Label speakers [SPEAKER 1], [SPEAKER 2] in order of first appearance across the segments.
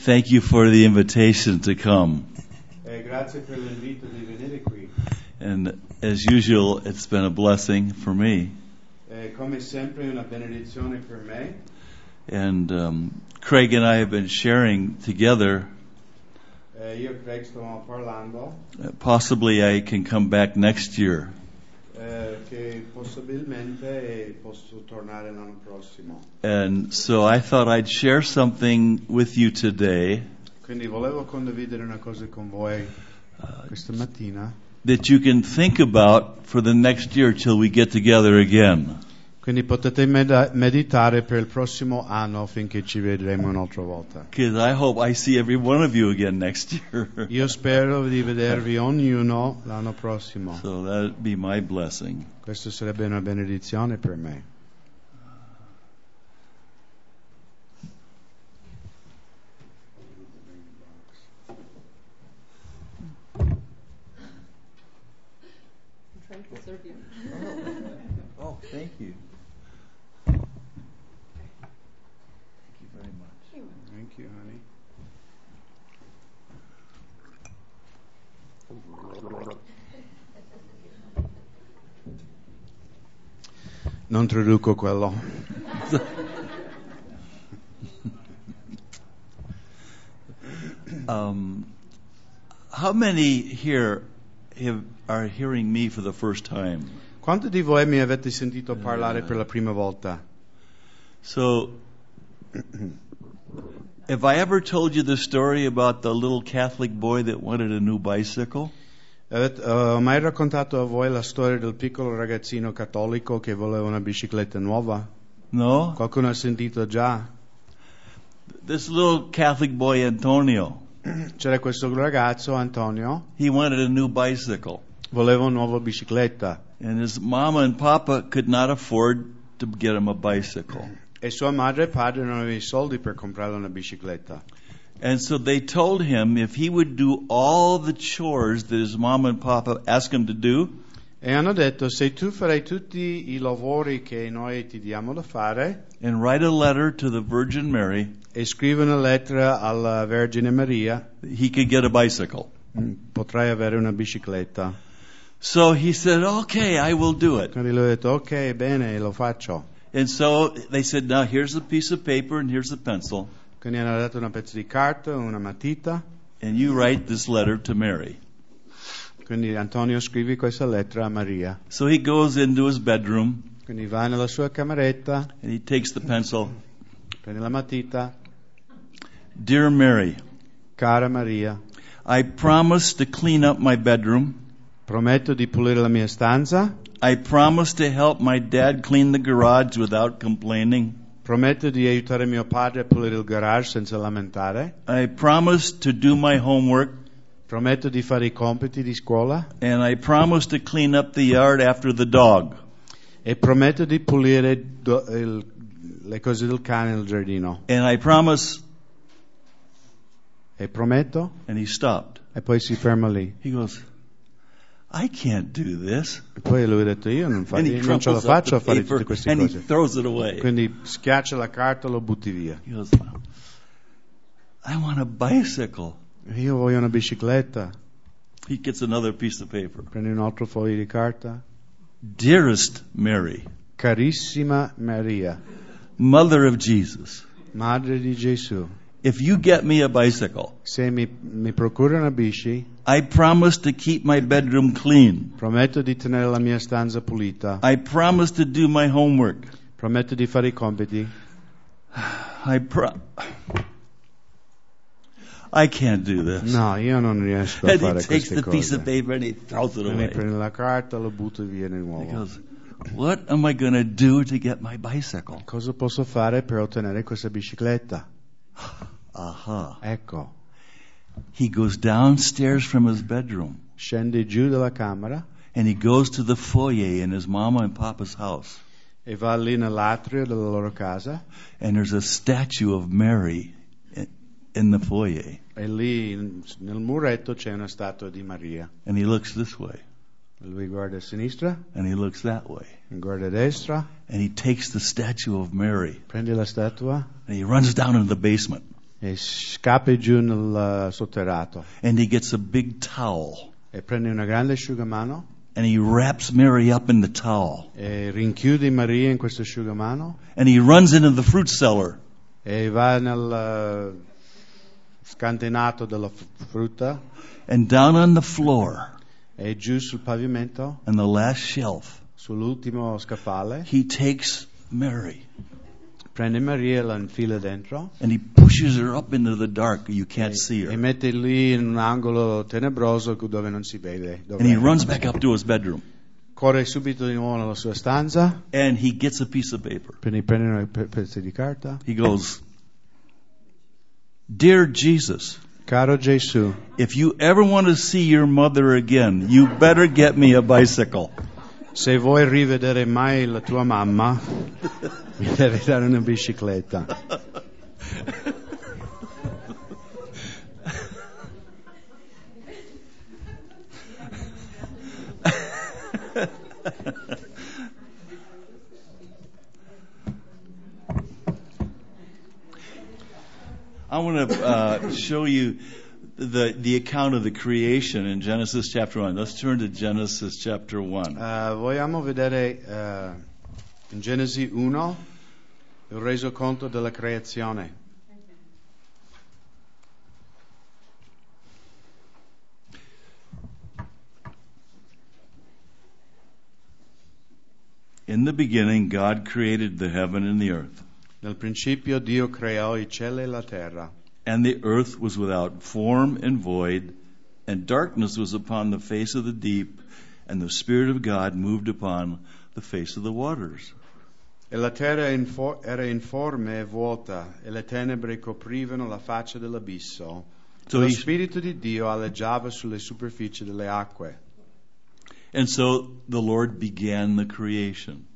[SPEAKER 1] Thank you for the invitation to come.
[SPEAKER 2] Eh, grazie per l'invito di venire qui.
[SPEAKER 1] And as usual, it's been a blessing for me.
[SPEAKER 2] Eh, come sempre è una benedizione per me
[SPEAKER 1] And um, Craig and I have been sharing together.
[SPEAKER 2] Eh, io e Craig stavamo parlando
[SPEAKER 1] uh, Possibly I can come back next year.
[SPEAKER 2] eh, che possibilmente posso tornare l'anno prossimo.
[SPEAKER 1] And so I thought I'd share something with you today
[SPEAKER 2] Quindi volevo condividere una cosa con voi questa mattina,
[SPEAKER 1] that you can think about for the next year till we get together again.
[SPEAKER 2] quindi potete meda- meditare per il prossimo anno finché ci vedremo un'altra volta.
[SPEAKER 1] Because I hope I see every one of you again next year.
[SPEAKER 2] Io spero di vedervi ognuno l'anno prossimo.
[SPEAKER 1] so that'd be my blessing.
[SPEAKER 2] Questa sarebbe una benedizione per me.
[SPEAKER 3] trying to serve you.
[SPEAKER 1] Oh, thank you. Thank you very much.
[SPEAKER 2] Thank you, honey. Non traduco quello.
[SPEAKER 1] Um, how many here have, are hearing me for the first time?
[SPEAKER 2] Quanti di voi mi avete sentito parlare per la prima volta?
[SPEAKER 1] So, have I ever told you the story about the little Catholic boy that wanted a new bicycle?
[SPEAKER 2] Avete, eh, ho mai raccontato a voi la storia del piccolo ragazzino cattolico che voleva una bicicletta nuova?
[SPEAKER 1] No?
[SPEAKER 2] Qualcuno ha sentito già?
[SPEAKER 1] This little Catholic boy, Antonio,
[SPEAKER 2] C'era questo ragazzo, Antonio,
[SPEAKER 1] he wanted a new bicycle.
[SPEAKER 2] voleva una nuova bicicletta
[SPEAKER 1] And his mama and papa could not afford to get him a bicycle.
[SPEAKER 2] e sua madre e padre non avevano i soldi per comprare una bicicletta.
[SPEAKER 1] And so they told him if he would do all the chores that his mom and papa asked him to do,
[SPEAKER 2] E hanno detto, se tu farai tutti i lavori che noi ti diamo da fare
[SPEAKER 1] and write a letter to the Virgin Mary,
[SPEAKER 2] e scrivi una lettera alla Vergine Maria, mm,
[SPEAKER 1] he could get a bicycle.
[SPEAKER 2] potrai avere una bicicletta.
[SPEAKER 1] So he said, okay, I will do it.
[SPEAKER 2] Quindi lui ha detto, ok, bene, lo faccio.
[SPEAKER 1] And so they said, now here's a piece of paper and here's a pencil,
[SPEAKER 2] Quindi hanno dato una pezzo di carta, una matita.
[SPEAKER 1] and you write this letter to Mary.
[SPEAKER 2] Quindi Antonio scrivi questa lettera a Maria.
[SPEAKER 1] So he goes into his bedroom
[SPEAKER 2] Quindi va nella sua cameretta,
[SPEAKER 1] and he takes the pencil.
[SPEAKER 2] prende la matita.
[SPEAKER 1] Dear Mary,
[SPEAKER 2] Cara Maria,
[SPEAKER 1] I promise to clean up my bedroom.
[SPEAKER 2] prometto di pulire la mia stanza,
[SPEAKER 1] I promise to help my dad clean the garage without complaining.
[SPEAKER 2] prometto di aiutare mio padre a pulire il garage senza lamentare.
[SPEAKER 1] I promise to do my homework
[SPEAKER 2] Prometto di fare i compiti di scuola
[SPEAKER 1] and I promise to clean up the yard after the dog.
[SPEAKER 2] e prometto di pulire do- il- le cose del cane nel giardino.
[SPEAKER 1] And I promise,
[SPEAKER 2] E prometto
[SPEAKER 1] and he stopped.
[SPEAKER 2] e poi si ferma lì.
[SPEAKER 1] He goes, I can't do this.
[SPEAKER 2] E poi lui ha detto io non, fa-
[SPEAKER 1] and
[SPEAKER 2] io
[SPEAKER 1] he
[SPEAKER 2] non ce la
[SPEAKER 1] crumples up
[SPEAKER 2] faccio a
[SPEAKER 1] the
[SPEAKER 2] fare
[SPEAKER 1] paper
[SPEAKER 2] tutte queste
[SPEAKER 1] and he
[SPEAKER 2] cose.
[SPEAKER 1] throws it away.
[SPEAKER 2] Quindi schiaccia la carta e lo butti via.
[SPEAKER 1] He goes, I want a bicycle.
[SPEAKER 2] Io voglio una bicicletta.
[SPEAKER 1] He gets another piece of paper.
[SPEAKER 2] Prendi un altro foglio di carta.
[SPEAKER 1] Dearest Mary,
[SPEAKER 2] Carissima Maria,
[SPEAKER 1] Mother of Jesus,
[SPEAKER 2] madre di Gesù,
[SPEAKER 1] if you get me a bicycle,
[SPEAKER 2] se mi, mi procuri una bici,
[SPEAKER 1] I promise to keep my bedroom clean.
[SPEAKER 2] prometto di tenere la mia stanza pulita,
[SPEAKER 1] I promise to do my homework.
[SPEAKER 2] prometto di fare i compiti.
[SPEAKER 1] I pro- I can't do this.
[SPEAKER 2] No, io non riesco a
[SPEAKER 1] and he
[SPEAKER 2] fare
[SPEAKER 1] takes
[SPEAKER 2] queste
[SPEAKER 1] the piece
[SPEAKER 2] cose.
[SPEAKER 1] of paper and he throws it
[SPEAKER 2] Quindi
[SPEAKER 1] away. Ecco.
[SPEAKER 2] prendo la carta, lo butto via di
[SPEAKER 1] He
[SPEAKER 2] nuovo.
[SPEAKER 1] goes, "What am I going to do to get my bicycle?"
[SPEAKER 2] Cosa posso fare per ottenere questa bicicletta?
[SPEAKER 1] Aha.
[SPEAKER 2] Ecco,
[SPEAKER 1] He goes downstairs from his bedroom
[SPEAKER 2] scende giù dalla camera
[SPEAKER 1] and he goes to the foyer in his mama and papa's house.
[SPEAKER 2] e va lì nell'atrio della loro casa
[SPEAKER 1] And there's a statue of Mary i- in the foyer.
[SPEAKER 2] e lì in- nel muretto c'è una statua di Maria.
[SPEAKER 1] And he looks this way
[SPEAKER 2] Lui guarda a sinistra,
[SPEAKER 1] and he looks that way.
[SPEAKER 2] guarda a destra,
[SPEAKER 1] And he takes the statue of Mary
[SPEAKER 2] prende la statua
[SPEAKER 1] and he runs down into the basement.
[SPEAKER 2] e scappa giù nel eh, sotterrato
[SPEAKER 1] and he gets a big towel
[SPEAKER 2] e prende una grande asciugamano
[SPEAKER 1] and he wraps Mary up in the towel
[SPEAKER 2] e rinchiude Maria in questo asciugamano
[SPEAKER 1] and he runs into the fruit cellar
[SPEAKER 2] e va nel eh, scantinato della f- frutta
[SPEAKER 1] and down on the floor
[SPEAKER 2] e giù sul pavimento,
[SPEAKER 1] on the last shelf
[SPEAKER 2] sull'ultimo scaffale,
[SPEAKER 1] he takes Mary
[SPEAKER 2] prende Maria e la infila dentro
[SPEAKER 1] and he pushes her up into the dark you can't see
[SPEAKER 2] e
[SPEAKER 1] her
[SPEAKER 2] mette lì in un angolo tenebroso dove non si vede. dove
[SPEAKER 1] and he
[SPEAKER 2] è.
[SPEAKER 1] runs back up to his bedroom
[SPEAKER 2] Corre subito di nuovo nella sua stanza,
[SPEAKER 1] and he gets a piece of paper
[SPEAKER 2] quindi prende una pe- pezzo di carta.
[SPEAKER 1] he goes dear Jesus
[SPEAKER 2] Caro Gesù,
[SPEAKER 1] if you ever want to see your mother again you better get me a bicycle
[SPEAKER 2] se vuoi rivedere mai la tua mamma, mi devi dare una bicicletta.
[SPEAKER 1] I want to uh, show you the the account of the creation in Genesis chapter one. Let's turn to Genesis chapter one.
[SPEAKER 2] Eh, vogliamo vedere eh, in Genesi 1 il resoconto della creazione.
[SPEAKER 1] In the beginning, God created the heaven and the earth,
[SPEAKER 2] Nel principio Dio creò i cieli e la terra.
[SPEAKER 1] and the earth was without form and void, and darkness was upon the face of the deep, and the Spirit of God moved upon the face of the waters.
[SPEAKER 2] E la terra info- era informe e vuota, e le tenebre coprivano la faccia dell'abisso.
[SPEAKER 1] So
[SPEAKER 2] Lo
[SPEAKER 1] he,
[SPEAKER 2] Spirito di Dio aleggiava sulle superfici delle acque.
[SPEAKER 1] and so the Lord began the creation,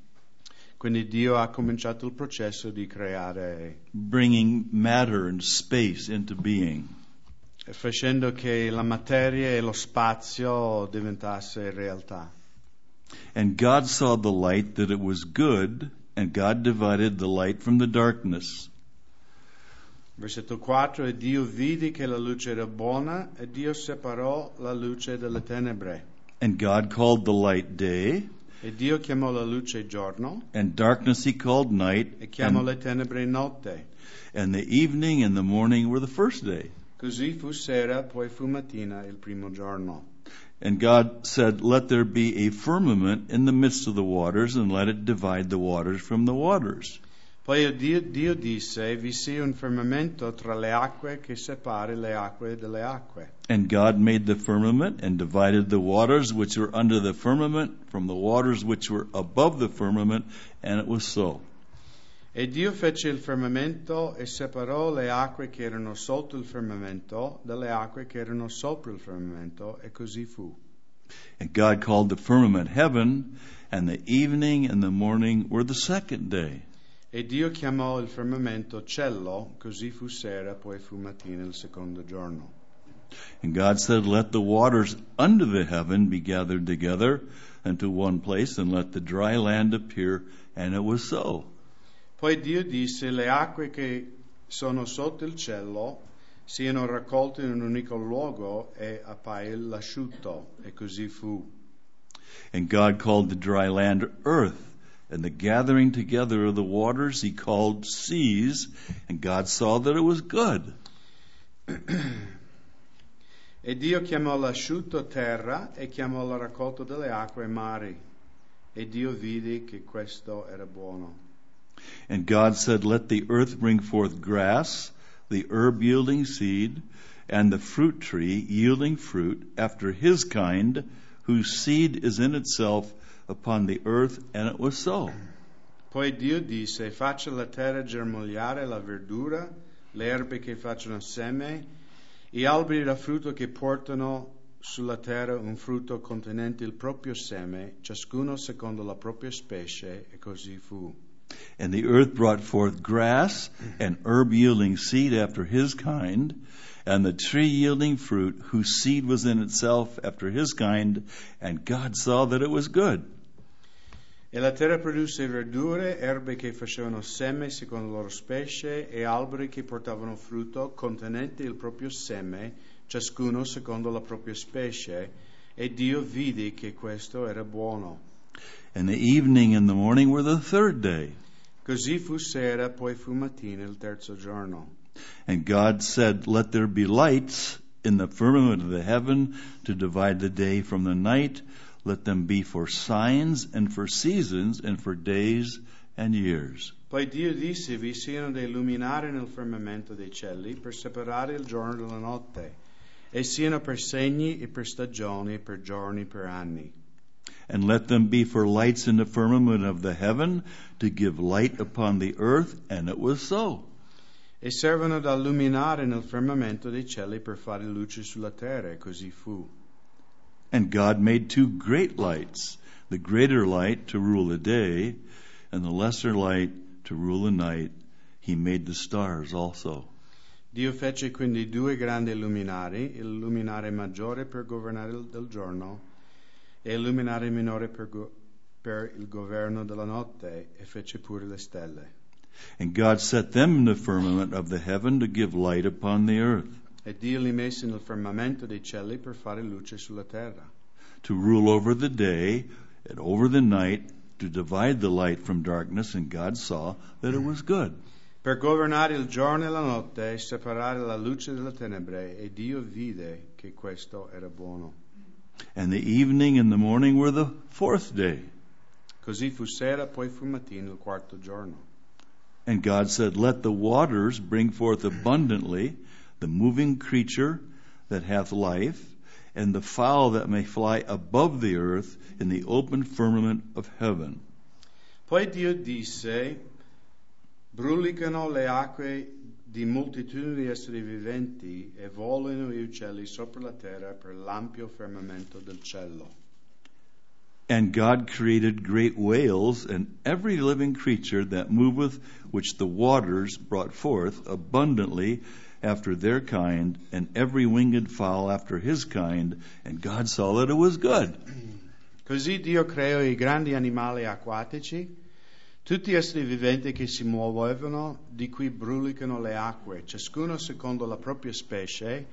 [SPEAKER 2] Quindi Dio ha cominciato il processo di creare,
[SPEAKER 1] bringing matter and space into being.
[SPEAKER 2] facendo che la materia e lo spazio diventasse realtà.
[SPEAKER 1] And God saw the light that it was good, and God divided the light from the darkness.
[SPEAKER 2] Versetto 4 E Dio vide che la luce era buona e Dio separò la luce dalle tenebre.
[SPEAKER 1] And God called the light day,
[SPEAKER 2] E Dio chiamò la luce giorno
[SPEAKER 1] and darkness he called night,
[SPEAKER 2] e chiamò
[SPEAKER 1] and,
[SPEAKER 2] le tenebre notte.
[SPEAKER 1] and the evening and the morning were the first day.
[SPEAKER 2] Così fu sera, poi fu mattina il primo giorno.
[SPEAKER 1] And God said, Let there be a firmament in the midst of the waters, and let it divide the waters from the waters.
[SPEAKER 2] Poi Dio, Dio disse, vi sia un firmamento tra le acque che separi le acque dalle acque.
[SPEAKER 1] And God made the firmament, and divided the waters which were under the firmament from the waters which were above the firmament, and it was so.
[SPEAKER 2] E Dio fece il firmamento e separò le acque che erano sotto il firmamento dalle acque che erano sopra il firmamento, e così fu.
[SPEAKER 1] And God called the firmament heaven, and the evening and the morning were the second day.
[SPEAKER 2] E Dio chiamò il firmamento cielo, così fu sera, poi fu mattina il secondo giorno.
[SPEAKER 1] And God said, Let the waters under the heaven be gathered together unto one place, and let the dry land appear. And it was so.
[SPEAKER 2] Poi Dio disse, le acque che sono sotto il cielo siano raccolte in un unico luogo e appaia l'asciutto, e così fu.
[SPEAKER 1] And God called the dry land earth, and the gathering together of the waters he called seas. And God saw that it was good.
[SPEAKER 2] E Dio chiamò l'asciutto terra e chiamò la raccolta delle acque mari. E Dio vide che questo era buono.
[SPEAKER 1] And God said, Let the earth bring forth grass, the herb yielding seed, and the fruit tree yielding fruit after his kind, whose seed is in itself upon the earth. And it was so.
[SPEAKER 2] Poi Dio disse, faccia la terra germogliare la verdura, le erbe che facciano seme, gli alberi da frutto che portano sulla terra un frutto contenente il proprio seme, ciascuno secondo la propria specie, e così fu.
[SPEAKER 1] And the earth brought forth grass, and herb yielding seed after his kind, and the tree yielding fruit, whose seed was in itself after his kind. And God saw that it was good.
[SPEAKER 2] E la terra produsse verdure, erbe che facevano seme secondo la loro specie e alberi che portavano frutto contenente il proprio seme, ciascuno secondo la propria specie. E Dio vide che questo era buono.
[SPEAKER 1] And the evening and the morning were the third day.
[SPEAKER 2] Così fu sera, poi fu mattina il terzo giorno.
[SPEAKER 1] And God said, Let there be lights in the firmament of the heaven to divide the day from the night. Let them be for signs and for seasons and for days and years.
[SPEAKER 2] Poi Dio disse, vi siano dei luminari nel firmamento dei cieli per separare il giorno dalla notte, e siano per segni e per stagioni, per giorni, per anni.
[SPEAKER 1] And let them be for lights in the firmament of the heaven to give light upon the earth. And it was so.
[SPEAKER 2] E servono da illuminare nel firmamento dei cieli per fare luce sulla terra, e così fu.
[SPEAKER 1] And God made two great lights the greater light to rule the day, and the lesser light to rule the night. He made the stars also.
[SPEAKER 2] Dio fece quindi due grandi luminari, il luminare maggiore per governare il del giorno e il luminare minore per, go- per il governo della notte, e fece pure le stelle.
[SPEAKER 1] And God set them in the firmament of the heaven to give light upon the earth,
[SPEAKER 2] E Dio li mise nel firmamento dei cieli per fare luce sulla terra,
[SPEAKER 1] to rule over the day and over the night, to divide the light from darkness. And God saw that it was good.
[SPEAKER 2] per governare il giorno e la notte e separare la luce dalle tenebre, e Dio vide che questo era buono.
[SPEAKER 1] And the evening and the morning were the fourth day.
[SPEAKER 2] Così fu sera, poi fu mattino il quarto giorno.
[SPEAKER 1] And God said, Let the waters bring forth abundantly the moving creature that hath life, and the fowl that may fly above the earth in the open firmament of heaven.
[SPEAKER 2] Poi Dio disse, brulicano le acque di moltitudine di esseri viventi e volano gli uccelli sopra la terra per l'ampio firmamento del cielo.
[SPEAKER 1] And God created great whales and every living creature that moveth, which the waters brought forth abundantly after their kind, and every winged fowl after his kind. And God saw that it was good.
[SPEAKER 2] Così Dio creò i grandi animali acquatici, tutti esseri viventi che si muovono, di cui brulicano le acque, ciascuno secondo la propria specie,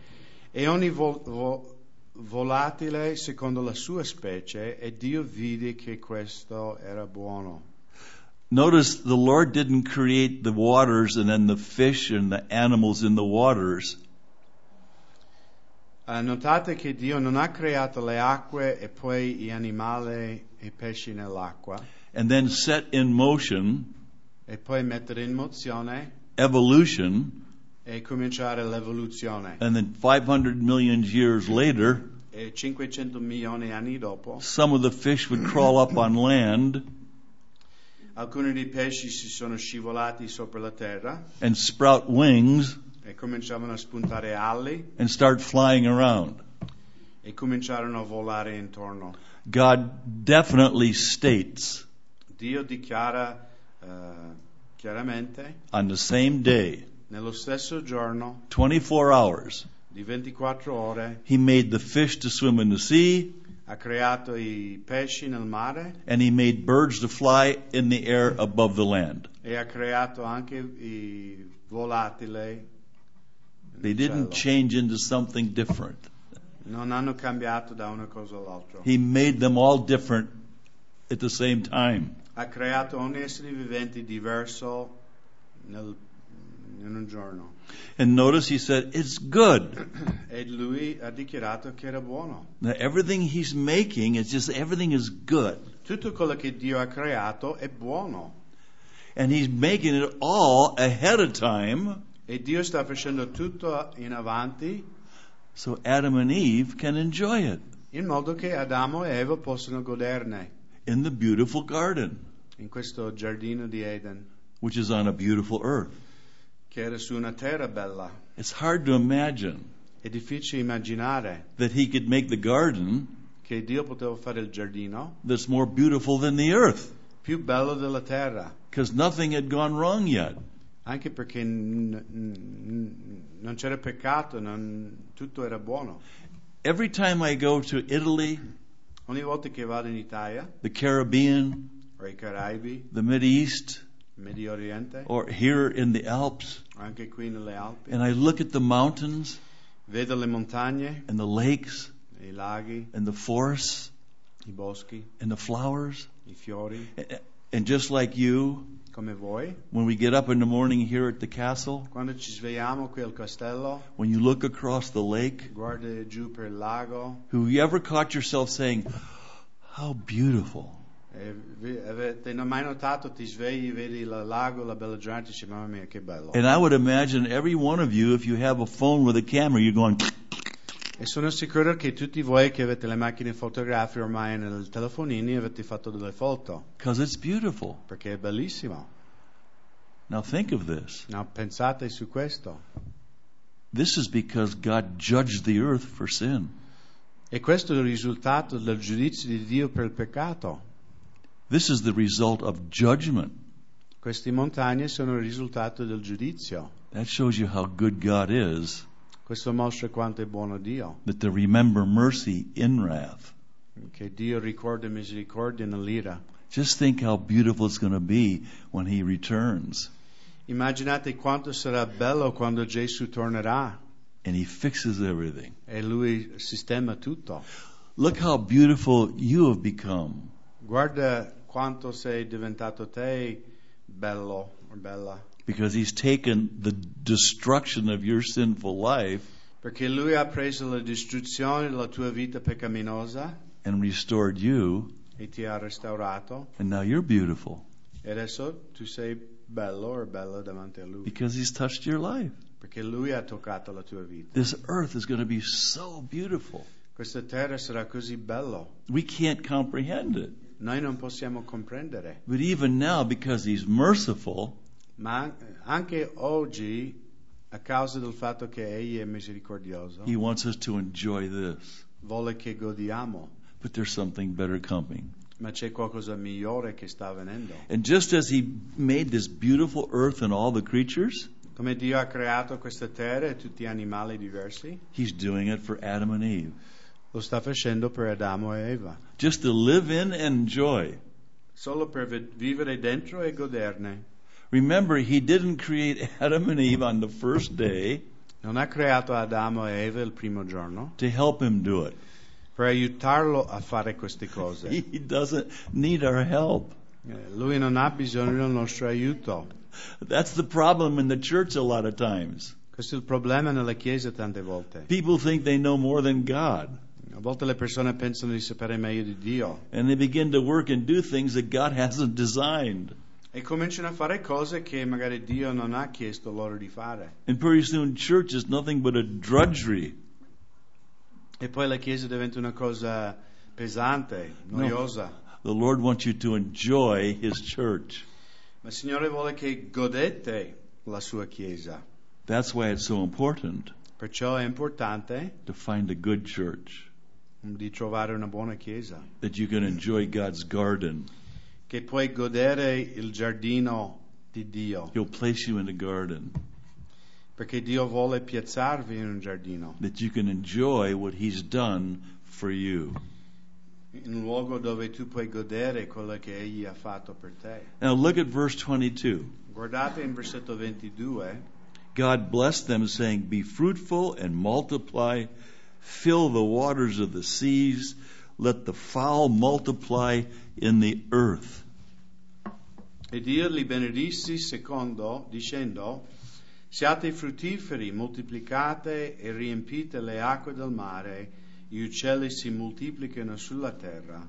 [SPEAKER 2] e ogni vol- vo- volatile secondo la sua specie, e Dio vide che questo era buono.
[SPEAKER 1] Notice the Lord didn't create the waters and then the fish and the animals in the waters.
[SPEAKER 2] Eh, notate che Dio non ha creato le acque e poi gli animali e i pesci nell'acqua,
[SPEAKER 1] and then set in motion
[SPEAKER 2] e poi mettere in mozione
[SPEAKER 1] evolution,
[SPEAKER 2] e cominciare l'evoluzione.
[SPEAKER 1] and then 500 million years later,
[SPEAKER 2] E 500 milioni di anni dopo,
[SPEAKER 1] some of the fish would crawl up on land
[SPEAKER 2] Alcuni dei pesci si sono scivolati sopra la terra
[SPEAKER 1] and sprout wings
[SPEAKER 2] e cominciavano a spuntare ali
[SPEAKER 1] and start flying around.
[SPEAKER 2] e cominciarono a volare intorno.
[SPEAKER 1] God definitely states
[SPEAKER 2] Dio dichiara eh, chiaramente,
[SPEAKER 1] on the same day,
[SPEAKER 2] nello stesso giorno
[SPEAKER 1] 24 hours,
[SPEAKER 2] di 24 ore
[SPEAKER 1] He made the fish to swim in the sea,
[SPEAKER 2] ha creato i pesci nel mare
[SPEAKER 1] and He made birds to fly in the air above the land.
[SPEAKER 2] e ha creato anche i volatili. Cioè,
[SPEAKER 1] They didn't change into something different.
[SPEAKER 2] Non hanno cambiato da una cosa all'altra.
[SPEAKER 1] He made them all different at the same time.
[SPEAKER 2] Ha creato ogni essere vivente diverso nel- in un giorno.
[SPEAKER 1] And notice he said, It's good.
[SPEAKER 2] E lui ha dichiarato che era buono.
[SPEAKER 1] Now, everything he's making is just everything is good.
[SPEAKER 2] Tutto quello che Dio ha creato è buono.
[SPEAKER 1] And he's making it all ahead of time
[SPEAKER 2] E Dio sta facendo tutto in avanti
[SPEAKER 1] so Adam and Eve can enjoy it
[SPEAKER 2] in modo che Adamo e Eva possano goderne
[SPEAKER 1] in the beautiful garden,
[SPEAKER 2] in questo giardino di Eden,
[SPEAKER 1] which is on a beautiful earth.
[SPEAKER 2] che era su una terra bella.
[SPEAKER 1] It's hard to imagine
[SPEAKER 2] È difficile immaginare
[SPEAKER 1] that he could make the garden
[SPEAKER 2] che Dio poteva fare il giardino
[SPEAKER 1] that's more beautiful than the earth
[SPEAKER 2] più bello della terra,
[SPEAKER 1] because nothing had gone wrong yet.
[SPEAKER 2] anche perché n- n- non c'era peccato, non- tutto era buono.
[SPEAKER 1] Every time I go to Italy,
[SPEAKER 2] Ogni volta che vado in Italia,
[SPEAKER 1] the Caribbean,
[SPEAKER 2] o i Caraibi,
[SPEAKER 1] the Mid East,
[SPEAKER 2] Medio Oriente,
[SPEAKER 1] or here in the Alps.
[SPEAKER 2] anche qui nelle Alpi.
[SPEAKER 1] And I look at the mountains
[SPEAKER 2] Vedo le montagne,
[SPEAKER 1] and the lakes
[SPEAKER 2] i laghi,
[SPEAKER 1] and the forests
[SPEAKER 2] i boschi,
[SPEAKER 1] and the flowers.
[SPEAKER 2] i fiori,
[SPEAKER 1] And just like you,
[SPEAKER 2] come voi.
[SPEAKER 1] when we get up in the morning here at the castle,
[SPEAKER 2] Quando ci svegliamo qui al castello,
[SPEAKER 1] when you look across the lake,
[SPEAKER 2] guardi giù per il lago
[SPEAKER 1] who you ever caught yourself saying, How beautiful.
[SPEAKER 2] e vi- avete non mai notato, ti svegli, vedi il lago, la bella giornata e dici mamma mia che bello.
[SPEAKER 1] And I would imagine every one of you, if you have a phone with a camera, you're going,
[SPEAKER 2] E sono sicuro che tutti voi che avete le macchine fotografiche ormai nel telefonini avete fatto delle foto,
[SPEAKER 1] because it's beautiful.
[SPEAKER 2] perché è bellissimo.
[SPEAKER 1] Now think of this.
[SPEAKER 2] No, pensate su questo.
[SPEAKER 1] This is because God judged the earth for sin.
[SPEAKER 2] E questo è il risultato del giudizio di Dio per il peccato.
[SPEAKER 1] This is the result of judgment.
[SPEAKER 2] Queste montagne sono il risultato del giudizio.
[SPEAKER 1] That shows you how good God is,
[SPEAKER 2] Questo mostra quanto è buono Dio,
[SPEAKER 1] that to remember mercy in wrath.
[SPEAKER 2] che Dio ricorda misericordia nell'ira.
[SPEAKER 1] Just think how beautiful it's going to be when He returns.
[SPEAKER 2] Immaginate quanto sarà bello quando Gesù tornerà
[SPEAKER 1] And He fixes everything.
[SPEAKER 2] e lui sistema tutto.
[SPEAKER 1] Look how beautiful you have become.
[SPEAKER 2] Guarda quanto sei diventato te bello, bella,
[SPEAKER 1] because he's taken the destruction of your sinful life
[SPEAKER 2] perché lui ha preso la distruzione della tua vita peccaminosa
[SPEAKER 1] and restored you,
[SPEAKER 2] e ti ha restaurato
[SPEAKER 1] and now you're beautiful
[SPEAKER 2] e adesso tu sei bello o bella davanti a lui,
[SPEAKER 1] because he's touched your life.
[SPEAKER 2] perché lui ha toccato la tua vita.
[SPEAKER 1] This earth is going to be so beautiful.
[SPEAKER 2] Questa terra sarà così bello,
[SPEAKER 1] We can't comprehend it.
[SPEAKER 2] noi non possiamo comprendere,
[SPEAKER 1] But even now, because he's merciful,
[SPEAKER 2] ma an- anche oggi a causa del fatto che egli è misericordioso,
[SPEAKER 1] he wants us to enjoy this.
[SPEAKER 2] vuole che godiamo,
[SPEAKER 1] But there's something better coming.
[SPEAKER 2] ma c'è qualcosa migliore che sta avvenendo.
[SPEAKER 1] And just as he made this beautiful earth and all the creatures,
[SPEAKER 2] Come Dio ha creato questa terra e tutti gli animali diversi,
[SPEAKER 1] he's doing it for Adam and Eve.
[SPEAKER 2] lo sta facendo per Adamo e Eva,
[SPEAKER 1] Just to live in and enjoy.
[SPEAKER 2] solo per vi- vivere dentro e goderne.
[SPEAKER 1] Remember, he didn't create Adam and Eve on the first day
[SPEAKER 2] Non ha creato Adamo e Eva il primo giorno
[SPEAKER 1] to help him do it.
[SPEAKER 2] per aiutarlo a fare queste cose.
[SPEAKER 1] He doesn't need our help.
[SPEAKER 2] Eh, Lui non ha bisogno del nostro aiuto.
[SPEAKER 1] That's the problem in the church a lot of times.
[SPEAKER 2] Questo è il problema nella Chiesa tante volte.
[SPEAKER 1] People think they know more than God,
[SPEAKER 2] A volte le persone pensano di sapere meglio di Dio
[SPEAKER 1] and they begin to work and do things that God hasn't designed.
[SPEAKER 2] e cominciano a fare cose che magari Dio non ha chiesto loro di fare.
[SPEAKER 1] And pretty soon, church is nothing but a drudgery.
[SPEAKER 2] E poi la Chiesa diventa una cosa pesante, noiosa.
[SPEAKER 1] The Lord wants you to enjoy His church.
[SPEAKER 2] Ma il Signore vuole che godete la sua Chiesa,
[SPEAKER 1] That's why it's so important
[SPEAKER 2] perciò è importante mm,
[SPEAKER 1] to find a good church
[SPEAKER 2] di trovare una buona Chiesa,
[SPEAKER 1] that you can enjoy God's garden.
[SPEAKER 2] che puoi godere il giardino di Dio,
[SPEAKER 1] He'll place you in a garden.
[SPEAKER 2] perché Dio vuole piazzarvi in un giardino,
[SPEAKER 1] that you can enjoy what he's done for you.
[SPEAKER 2] in un luogo dove tu puoi godere quello che Egli ha fatto per te.
[SPEAKER 1] Now look at verse 22.
[SPEAKER 2] Guardate in versetto 22,
[SPEAKER 1] God blessed them, saying, Be fruitful and multiply, fill the waters of the seas, let the fowl multiply in the earth.
[SPEAKER 2] e Dio li benedissi secondo, dicendo, siate fruttiferi, moltiplicate e riempite le acque del mare, gli uccelli si moltiplichino sulla terra.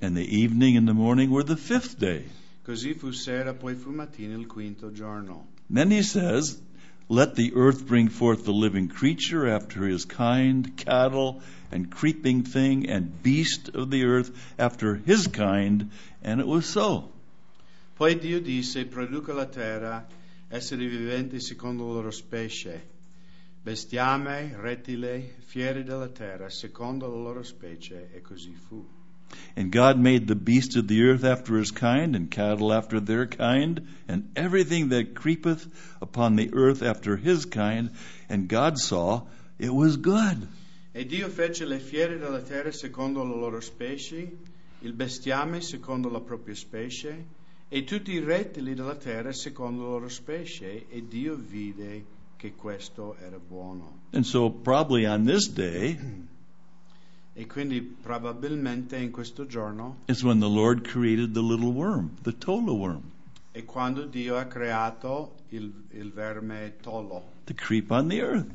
[SPEAKER 1] And the evening and the morning were the fifth day.
[SPEAKER 2] Così fu sera, poi fu mattina il quinto giorno.
[SPEAKER 1] And then he says, Let the earth bring forth the living creature after his kind, cattle and creeping thing, and beast of the earth after his kind. And it was so.
[SPEAKER 2] Poi Dio disse, produca la terra esseri viventi secondo la loro specie, bestiame, rettile, fieri della terra, secondo la loro specie, e così fu.
[SPEAKER 1] And God made the beasts of the earth after his kind, and cattle after their kind, and everything that creepeth upon the earth after his kind. And God saw it was good.
[SPEAKER 2] E Dio fece le fiere della terra secondo la loro specie, il bestiame secondo la propria specie, e tutti i rettili della terra secondo la loro specie, e Dio vide che questo era buono.
[SPEAKER 1] And so, probably on this day
[SPEAKER 2] E quindi probabilmente in questo giorno
[SPEAKER 1] is when the Lord created the little worm, the tola worm,
[SPEAKER 2] è quando Dio ha creato il, il verme tolo
[SPEAKER 1] to creep on the earth,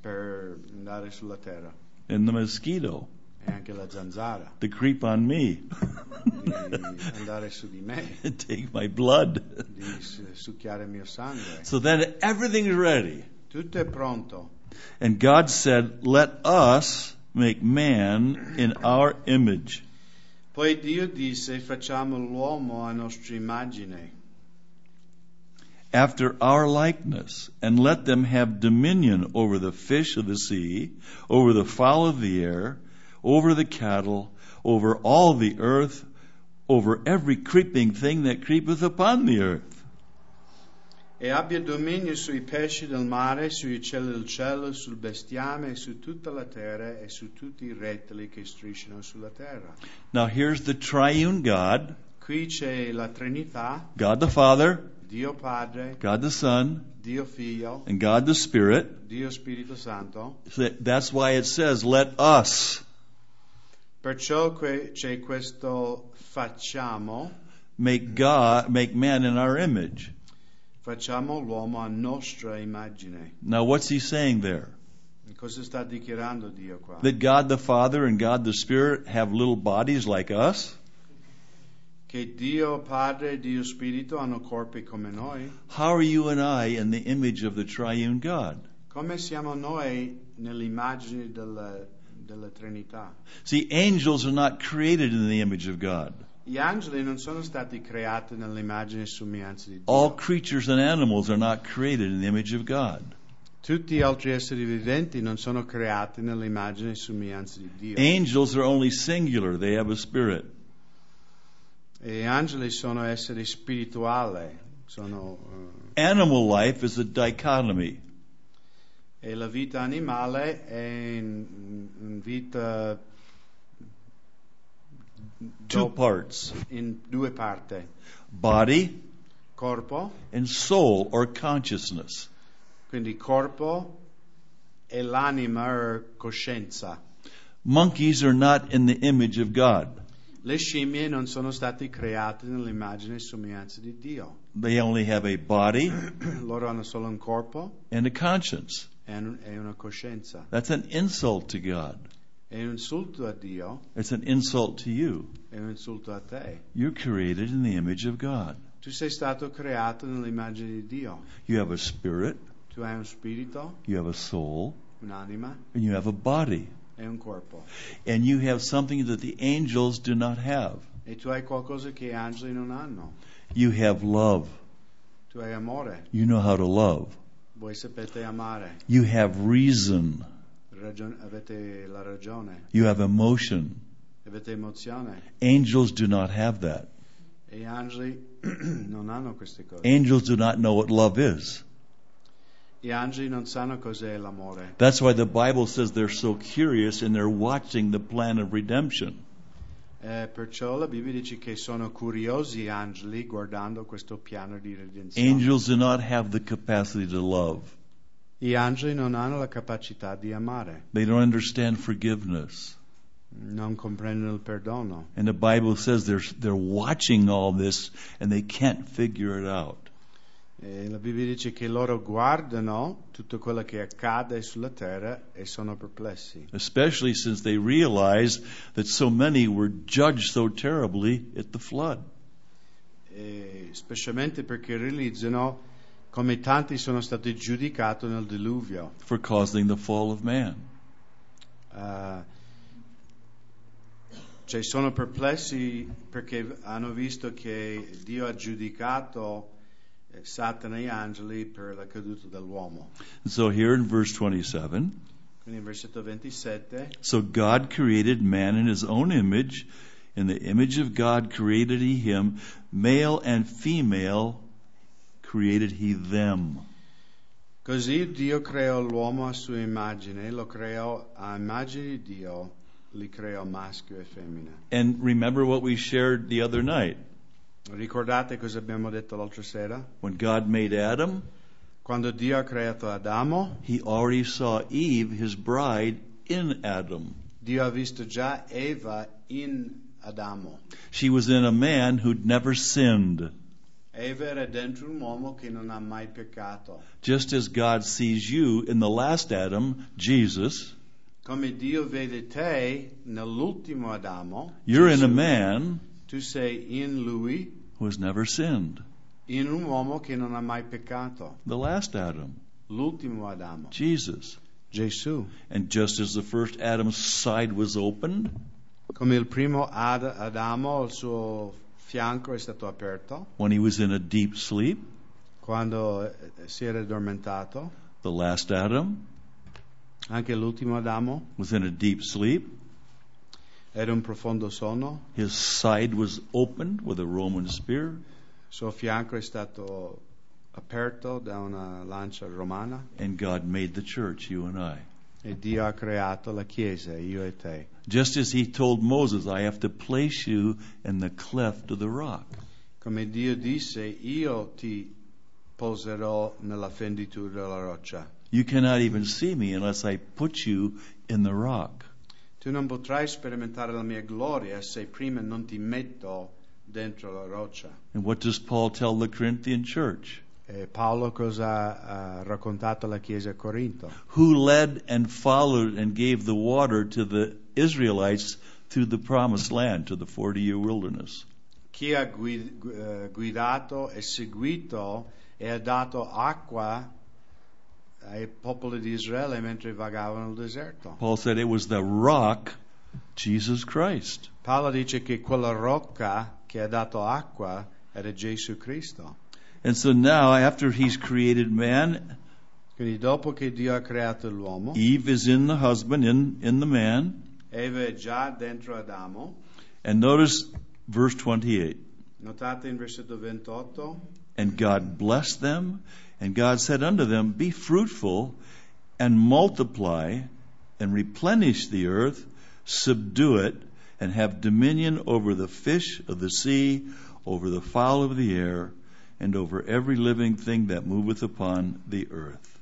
[SPEAKER 2] per andare sulla terra,
[SPEAKER 1] and the mosquito
[SPEAKER 2] e anche la zanzara,
[SPEAKER 1] to creep on me,
[SPEAKER 2] di andare su di me,
[SPEAKER 1] and take my blood.
[SPEAKER 2] di s- succhiare il mio sangue.
[SPEAKER 1] So then everything's ready.
[SPEAKER 2] Tutto è pronto.
[SPEAKER 1] And God said, Let us make man in our image.
[SPEAKER 2] Poi Dio disse facciamo l'uomo a nostra immagine,
[SPEAKER 1] after our likeness, and let them have dominion over the fish of the sea, over the fowl of the air, over the cattle, over all the earth, over every creeping thing that creepeth upon the earth.
[SPEAKER 2] e abbia dominio sui pesci del mare, sugli uccelli del cielo, sul bestiame, su tutta la terra e su tutti i rettili che strisciano sulla terra.
[SPEAKER 1] Now here's the triune God
[SPEAKER 2] Qui c'è la Trinità,
[SPEAKER 1] God the Father,
[SPEAKER 2] Dio Padre,
[SPEAKER 1] God the Son,
[SPEAKER 2] Dio Figlio,
[SPEAKER 1] and God the Spirit.
[SPEAKER 2] Dio Spirito Santo.
[SPEAKER 1] So that- That's why it says, Let us
[SPEAKER 2] Perciò que- c'è questo facciamo,
[SPEAKER 1] make God, make man in our image.
[SPEAKER 2] facciamo l'uomo a nostra immagine.
[SPEAKER 1] Now what's he saying there?
[SPEAKER 2] Cosa sta dichiarando Dio qua?
[SPEAKER 1] That God the Father and God the Spirit have little bodies like us?
[SPEAKER 2] Che Dio Padre e Dio Spirito hanno corpi come noi?
[SPEAKER 1] How are you and I in the image of the triune God?
[SPEAKER 2] Come siamo noi nell'immagine della, della Trinità?
[SPEAKER 1] See, angels are not created in the image of God.
[SPEAKER 2] Gli angeli non sono stati creati nell'immagine e somiglianza di Dio.
[SPEAKER 1] All creatures and animals are not created in the image of God.
[SPEAKER 2] Tutti gli altri esseri viventi non sono creati nell'immagine e somiglianza di Dio.
[SPEAKER 1] Angels are only singular, they have a spirit.
[SPEAKER 2] E gli angeli sono esseri spirituali, sono,
[SPEAKER 1] Animal life is a dichotomy.
[SPEAKER 2] eh, e la vita animale è in, in vita
[SPEAKER 1] Two parts
[SPEAKER 2] in due parti,
[SPEAKER 1] body
[SPEAKER 2] corpo,
[SPEAKER 1] and soul or consciousness.
[SPEAKER 2] quindi corpo e l'anima o coscienza.
[SPEAKER 1] Monkeys are not in the image of God,
[SPEAKER 2] Le scimmie non sono state create nell'immagine e somiglianza di Dio.
[SPEAKER 1] they only have a body
[SPEAKER 2] Loro hanno solo un corpo
[SPEAKER 1] and a conscience.
[SPEAKER 2] e un- e una coscienza.
[SPEAKER 1] That's an insult to God,
[SPEAKER 2] È un insulto a Dio,
[SPEAKER 1] it's an insult to you.
[SPEAKER 2] è un insulto a te.
[SPEAKER 1] You're created in the image of God.
[SPEAKER 2] Tu sei stato creato nell'immagine di Dio.
[SPEAKER 1] You have a spirit,
[SPEAKER 2] Tu hai un spirito,
[SPEAKER 1] you have a soul,
[SPEAKER 2] un'anima
[SPEAKER 1] and you have a body.
[SPEAKER 2] e un corpo.
[SPEAKER 1] And you have something that the angels do not have.
[SPEAKER 2] E tu hai qualcosa che gli angeli non hanno.
[SPEAKER 1] You have love.
[SPEAKER 2] Tu hai amore,
[SPEAKER 1] You know how to love.
[SPEAKER 2] voi sapete amare,
[SPEAKER 1] You have reason.
[SPEAKER 2] ragion- avete la ragione,
[SPEAKER 1] You have emotion.
[SPEAKER 2] avete emozione.
[SPEAKER 1] Angels do not have that.
[SPEAKER 2] E gli angeli non hanno queste cose.
[SPEAKER 1] Angels do not know what love is.
[SPEAKER 2] Gli angeli non sanno cos'è l'amore.
[SPEAKER 1] That's why the Bible says they're so curious and they're watching the plan of redemption.
[SPEAKER 2] Eh, perciò la Bibbia dice che sono curiosi gli angeli guardando questo piano di redenzione.
[SPEAKER 1] Angels do not have the capacity to love.
[SPEAKER 2] Gli angeli non hanno la capacità di amare,
[SPEAKER 1] They don't understand forgiveness.
[SPEAKER 2] non comprendono il perdono.
[SPEAKER 1] And the Bible says they're, they're watching all this and they can't figure it out.
[SPEAKER 2] E la Bibbia dice che loro guardano tutto quello che accade sulla terra e sono perplessi,
[SPEAKER 1] Especially since they realize that so many were judged so terribly at the flood.
[SPEAKER 2] E specialmente perché realizzano come tanti sono stati giudicati nel diluvio.
[SPEAKER 1] For causing the fall of man.
[SPEAKER 2] Eh, cioè sono perplessi perché hanno visto che Dio ha giudicato eh, Satana e gli angeli per la caduta dell'uomo.
[SPEAKER 1] And so here in verse 27,
[SPEAKER 2] Quindi in versetto 27
[SPEAKER 1] so God created man in his own image. In the image of God created he him. Male and female created he them.
[SPEAKER 2] Così Dio creò l'uomo a sua immagine, lo creò a immagine di Dio, li creò maschio e femmina.
[SPEAKER 1] And remember what we shared the other night.
[SPEAKER 2] Ricordate cosa abbiamo detto l'altra sera?
[SPEAKER 1] When God made Adam,
[SPEAKER 2] Quando Dio ha creato Adamo,
[SPEAKER 1] he already saw Eve, his bride, in Adam.
[SPEAKER 2] Dio ha visto già Eva in Adamo.
[SPEAKER 1] She was in a man who'd never sinned,
[SPEAKER 2] Eva era dentro un uomo che non ha mai peccato.
[SPEAKER 1] just as God sees you in the last Adam, Jesus.
[SPEAKER 2] Come Dio vede te nell'ultimo Adamo,
[SPEAKER 1] You're in a man
[SPEAKER 2] tu sei in lui,
[SPEAKER 1] who has never sinned,
[SPEAKER 2] in un uomo che non ha mai peccato.
[SPEAKER 1] the last Adam,
[SPEAKER 2] L'ultimo Adamo,
[SPEAKER 1] Jesus.
[SPEAKER 2] Gesù.
[SPEAKER 1] And just as the first Adam's side was opened,
[SPEAKER 2] Come il primo Ad- Adamo, il suo fianco è stato aperto
[SPEAKER 1] when he was in a deep sleep,
[SPEAKER 2] quando eh, si era addormentato,
[SPEAKER 1] the last Adam
[SPEAKER 2] anche l'ultimo Adamo
[SPEAKER 1] was in a deep sleep,
[SPEAKER 2] era un profondo sonno,
[SPEAKER 1] his side was opened with a Roman spear,
[SPEAKER 2] il suo fianco è stato aperto da una lancia romana
[SPEAKER 1] and God made the church, you and I.
[SPEAKER 2] e Dio ha creato la Chiesa, io e te.
[SPEAKER 1] Just as he told Moses, I have to place you in the cleft of the rock.
[SPEAKER 2] Come Dio disse, io ti poserò nella fenditura della roccia.
[SPEAKER 1] You cannot even see me unless I put you in the rock.
[SPEAKER 2] Tu non potrai sperimentare la mia gloria se prima non ti metto dentro la roccia.
[SPEAKER 1] And what does Paul tell the Corinthian church?
[SPEAKER 2] E Paolo cosa ha raccontato alla Chiesa a Corinto?
[SPEAKER 1] Who led and followed and gave the water to the Israelites through the promised land, to the 40 year wilderness?
[SPEAKER 2] Chi ha gui- gu- eh, guidato e seguito e ha dato acqua ai popoli di Israele mentre vagavano nel deserto?
[SPEAKER 1] Paul said it was the rock, Jesus Christ.
[SPEAKER 2] Paolo dice che quella rocca che ha dato acqua era Gesù Cristo.
[SPEAKER 1] And so now, after he's created man,
[SPEAKER 2] Quindi dopo che Dio ha creato l'uomo,
[SPEAKER 1] Eve is in the husband, in, in the man.
[SPEAKER 2] Eva è già dentro Adamo.
[SPEAKER 1] And notice verse 28.
[SPEAKER 2] Notate in versetto 28,
[SPEAKER 1] And God blessed them, and God said unto them, Be fruitful, and multiply, and replenish the earth, subdue it, and have dominion over the fish of the sea, over the fowl of the air, and over every living thing that moveth upon the earth.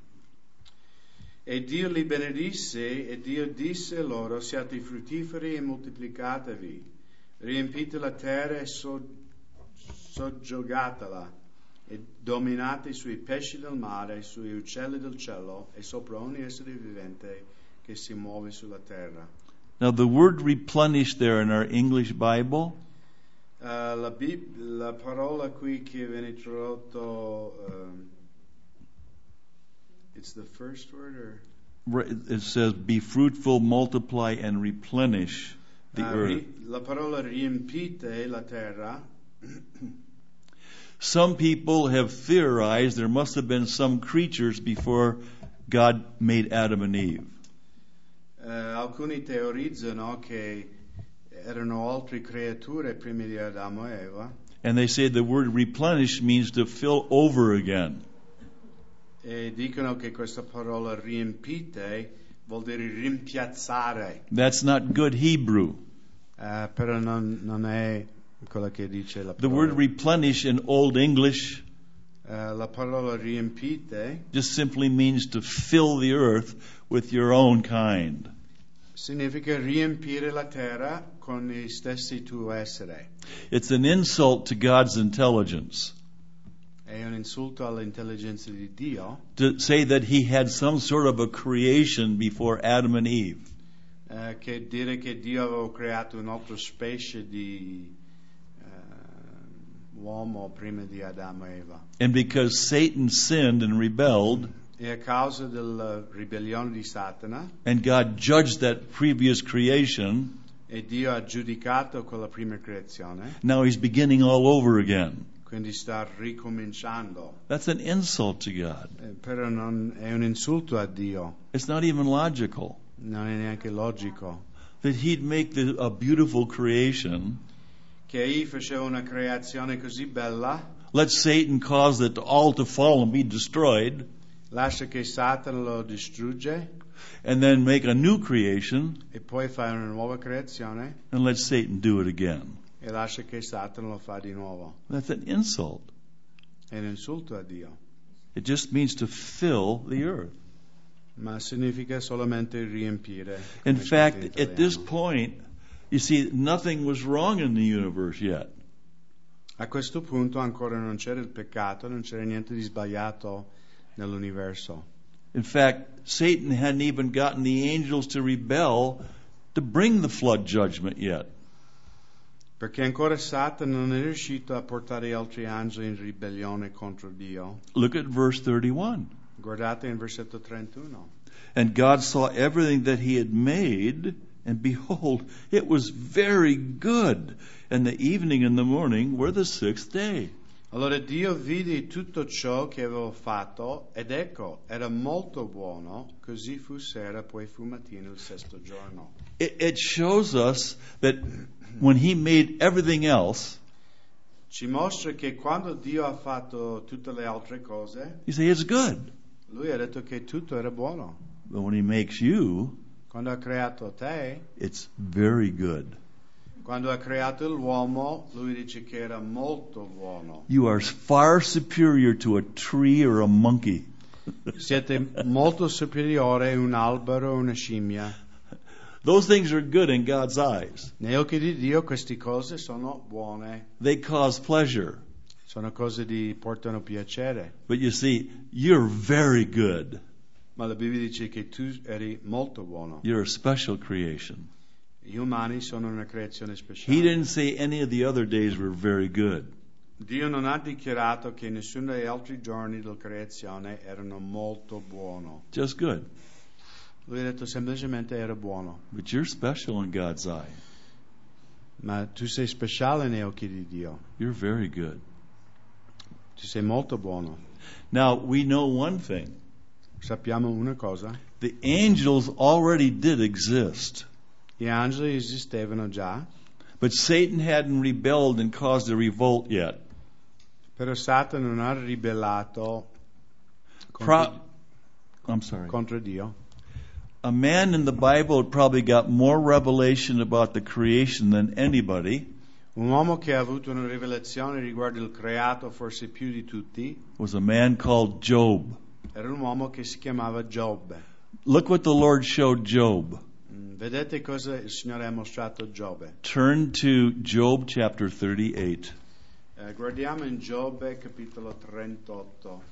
[SPEAKER 2] E Dio li benedisse e Dio disse loro, siate fruttiferi e moltiplicatevi, riempite la terra e so- soggiogatela, e dominate sui pesci del mare, sui uccelli del cielo e sopra ogni essere vivente che si muove sulla terra.
[SPEAKER 1] Now, the word replenish there in our English Bible
[SPEAKER 2] Eh, la, Bib- la parola qui che viene tradotto... ehm, it's the first word or...
[SPEAKER 1] it says, Be fruitful, multiply, and replenish the
[SPEAKER 2] Ah,
[SPEAKER 1] earth.
[SPEAKER 2] ri- la parola riempite la terra
[SPEAKER 1] Some people have theorized there must have been some creatures before God made Adam and Eve.
[SPEAKER 2] Eh, alcuni teorizzano che erano altre creature prima di Adamo e Eva
[SPEAKER 1] And they say the word replenish means to fill over again.
[SPEAKER 2] e dicono che questa parola riempite vuol dire rimpiazzare,
[SPEAKER 1] That's not good Hebrew.
[SPEAKER 2] Eh, però non, non è quello che dice la
[SPEAKER 1] The
[SPEAKER 2] parola.
[SPEAKER 1] word replenish in Old English
[SPEAKER 2] Eh, la parola riempite
[SPEAKER 1] just simply means to fill the earth with your own kind.
[SPEAKER 2] significa riempire la terra con gli stessi tuo essere.
[SPEAKER 1] It's an insult to God's intelligence
[SPEAKER 2] È un insulto all'intelligenza di Dio
[SPEAKER 1] to say that He had some sort of a creation before Adam and Eve.
[SPEAKER 2] Eh, che dire che Dio aveva creato un'altra specie di eh, uomo prima di Adamo e Eva.
[SPEAKER 1] And because Satan sinned and rebelled,
[SPEAKER 2] E a causa della ribellione di Satana,
[SPEAKER 1] and God judged that previous creation.
[SPEAKER 2] e Dio ha giudicato quella prima creazione,
[SPEAKER 1] Now he's beginning all over again.
[SPEAKER 2] quindi sta ricominciando.
[SPEAKER 1] That's an insult to God.
[SPEAKER 2] Eh, però non, è un insulto a Dio,
[SPEAKER 1] It's not even logical
[SPEAKER 2] non è neanche logico.
[SPEAKER 1] that he'd make the, a beautiful creation,
[SPEAKER 2] Che egli faceva una creazione così bella,
[SPEAKER 1] let Satan cause it all to fall and be destroyed,
[SPEAKER 2] lascia che Satana lo distrugge
[SPEAKER 1] and then make a new creation
[SPEAKER 2] e poi fai una nuova creazione
[SPEAKER 1] and let Satan do it again.
[SPEAKER 2] e lasci che Satana lo fa di nuovo.
[SPEAKER 1] That's an insult.
[SPEAKER 2] È un insulto a Dio,
[SPEAKER 1] It just means to fill the earth.
[SPEAKER 2] ma significa solamente riempire.
[SPEAKER 1] In
[SPEAKER 2] come si
[SPEAKER 1] fact,
[SPEAKER 2] dice in
[SPEAKER 1] at this
[SPEAKER 2] italiano.
[SPEAKER 1] point, you see, nothing was wrong in the universe yet.
[SPEAKER 2] a questo punto ancora non c'era il peccato, non c'era niente di sbagliato nell'universo.
[SPEAKER 1] In fact, Satan hadn't even gotten the angels to rebel to bring the flood judgment yet.
[SPEAKER 2] Perché ancora Satana non è riuscito a portare gli altri angeli in ribellione contro Dio.
[SPEAKER 1] Look at verse 31.
[SPEAKER 2] Guardate in versetto 31.
[SPEAKER 1] And God saw everything that he had made, and behold, it was very good. And the evening and the morning were the sixth day.
[SPEAKER 2] Allora Dio vide tutto ciò che avevo fatto ed ecco, era molto buono, così fu sera, poi fu mattina il sesto giorno.
[SPEAKER 1] It, it shows us that when he made everything else,
[SPEAKER 2] Ci mostra che quando Dio ha fatto tutte le altre cose,
[SPEAKER 1] you say it's good.
[SPEAKER 2] lui ha detto che tutto era buono.
[SPEAKER 1] But when he makes you,
[SPEAKER 2] Quando ha creato te,
[SPEAKER 1] it's very good.
[SPEAKER 2] quando ha creato l'uomo, lui dice che era molto buono.
[SPEAKER 1] You are far superior to a tree or a monkey.
[SPEAKER 2] Siete molto superiore a un albero o una scimmia.
[SPEAKER 1] Those things are good in God's eyes.
[SPEAKER 2] Negli occhi di Dio queste cose sono buone,
[SPEAKER 1] They cause pleasure.
[SPEAKER 2] sono cose che portano piacere.
[SPEAKER 1] But you see, you're very good.
[SPEAKER 2] Ma la Bibbia dice che tu eri molto buono.
[SPEAKER 1] You're a special creation.
[SPEAKER 2] Gli umani sono una creazione
[SPEAKER 1] He
[SPEAKER 2] speciale.
[SPEAKER 1] didn't say any of the other days were very good.
[SPEAKER 2] Dio non ha dichiarato che nessuno degli altri giorni della creazione erano molto buono.
[SPEAKER 1] Just good.
[SPEAKER 2] Lui ha detto semplicemente era buono.
[SPEAKER 1] But you're special in God's eye.
[SPEAKER 2] Ma tu sei speciale nei occhi di Dio.
[SPEAKER 1] You're very good.
[SPEAKER 2] Tu sei molto buono.
[SPEAKER 1] Now, we know one thing
[SPEAKER 2] Sappiamo una cosa.
[SPEAKER 1] the angels already did exist,
[SPEAKER 2] Gli angeli esistevano già,
[SPEAKER 1] but Satan hadn't rebelled and caused a revolt yet.
[SPEAKER 2] però Satana non ha ribellato
[SPEAKER 1] Pro-
[SPEAKER 2] contro,
[SPEAKER 1] I'm sorry.
[SPEAKER 2] contro Dio.
[SPEAKER 1] A man in the Bible had probably got more revelation about the creation than anybody
[SPEAKER 2] Un uomo che ha avuto una rivelazione riguardo il creato forse più di tutti
[SPEAKER 1] was a man called Job.
[SPEAKER 2] Era un uomo che si chiamava Giobbe.
[SPEAKER 1] Look what the Lord showed Job.
[SPEAKER 2] Mm, Vedete cosa il Signore ha mostrato a Giobbe.
[SPEAKER 1] Turn to Job chapter 38.
[SPEAKER 2] Eh, guardiamo in Giobbe capitolo 38.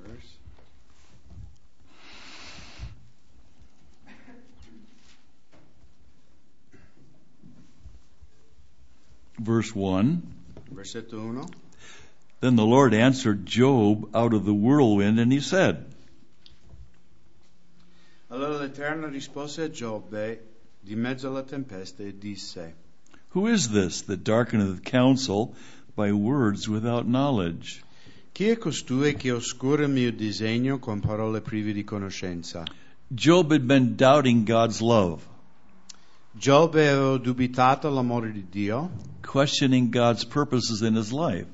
[SPEAKER 2] Verse.
[SPEAKER 1] verse 1.
[SPEAKER 2] Versetto 1.
[SPEAKER 1] Then the Lord answered Job out of the whirlwind, and he said,
[SPEAKER 2] Allora l'Eterno rispose a Giobbe di mezzo alla tempesta e disse
[SPEAKER 1] Who is this that darkeneth counsel by words without knowledge?
[SPEAKER 2] Chi è costui che oscura il mio disegno con parole prive di conoscenza?
[SPEAKER 1] Job had been doubting God's love,
[SPEAKER 2] Giobbe aveva dubitato l'amore di Dio,
[SPEAKER 1] questioning God's purposes in his life,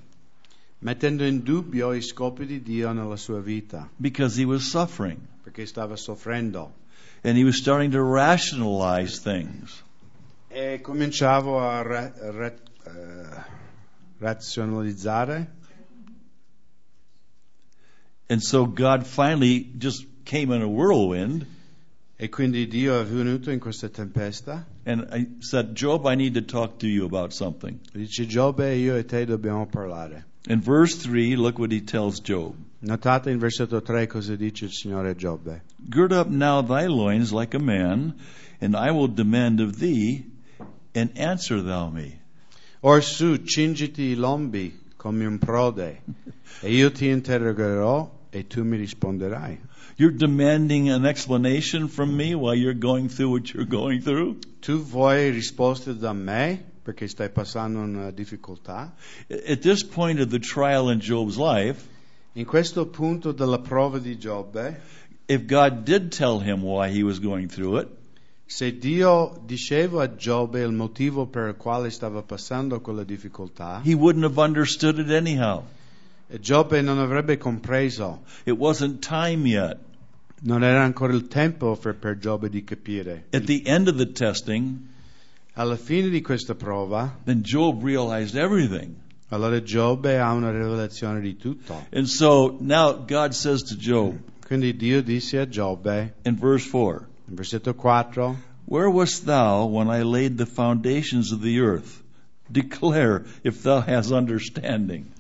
[SPEAKER 2] mettendo in dubbio i scopi di Dio nella sua vita,
[SPEAKER 1] because he was suffering,
[SPEAKER 2] perché stava soffrendo.
[SPEAKER 1] and he was starting to rationalize things.
[SPEAKER 2] E cominciavo a ra- ra- eh, razionalizzare
[SPEAKER 1] And so God finally just came in a whirlwind
[SPEAKER 2] e quindi Dio è venuto in questa tempesta
[SPEAKER 1] and I said, Job, I need to talk to you about something.
[SPEAKER 2] e dice Giobbe io e te dobbiamo parlare.
[SPEAKER 1] In verse 3, look what he tells Job.
[SPEAKER 2] Notate in versetto 3 cosa dice il Signore a Giobbe.
[SPEAKER 1] Gird up now thy loins like a man, and I will demand of thee, and answer thou me.
[SPEAKER 2] Orsù cingiti i lombi come un prode e io ti interrogerò e tu mi risponderai.
[SPEAKER 1] You're demanding an explanation from me while you're going through what you're going through?
[SPEAKER 2] Tu vuoi risposte da me perché stai passando una difficoltà?
[SPEAKER 1] At this point of the trial in Job's life,
[SPEAKER 2] In questo punto della prova di Giobbe,
[SPEAKER 1] if God did tell him why he was going through it,
[SPEAKER 2] Se Dio diceva a Giobbe il motivo per il quale stava passando quella difficoltà,
[SPEAKER 1] he wouldn't have understood it anyhow.
[SPEAKER 2] Giobbe non avrebbe compreso.
[SPEAKER 1] It wasn't time yet.
[SPEAKER 2] Non era ancora il tempo per, per Giobbe di capire.
[SPEAKER 1] At the end of the testing,
[SPEAKER 2] Alla fine di questa prova,
[SPEAKER 1] then Job realized everything.
[SPEAKER 2] allora Giobbe ha una rivelazione di tutto.
[SPEAKER 1] And so now God says to Job
[SPEAKER 2] Quindi Dio disse a Giobbe,
[SPEAKER 1] in verse 4
[SPEAKER 2] in versetto 4,
[SPEAKER 1] Where wast thou when I laid the foundations of the earth? Declare if thou hast understanding.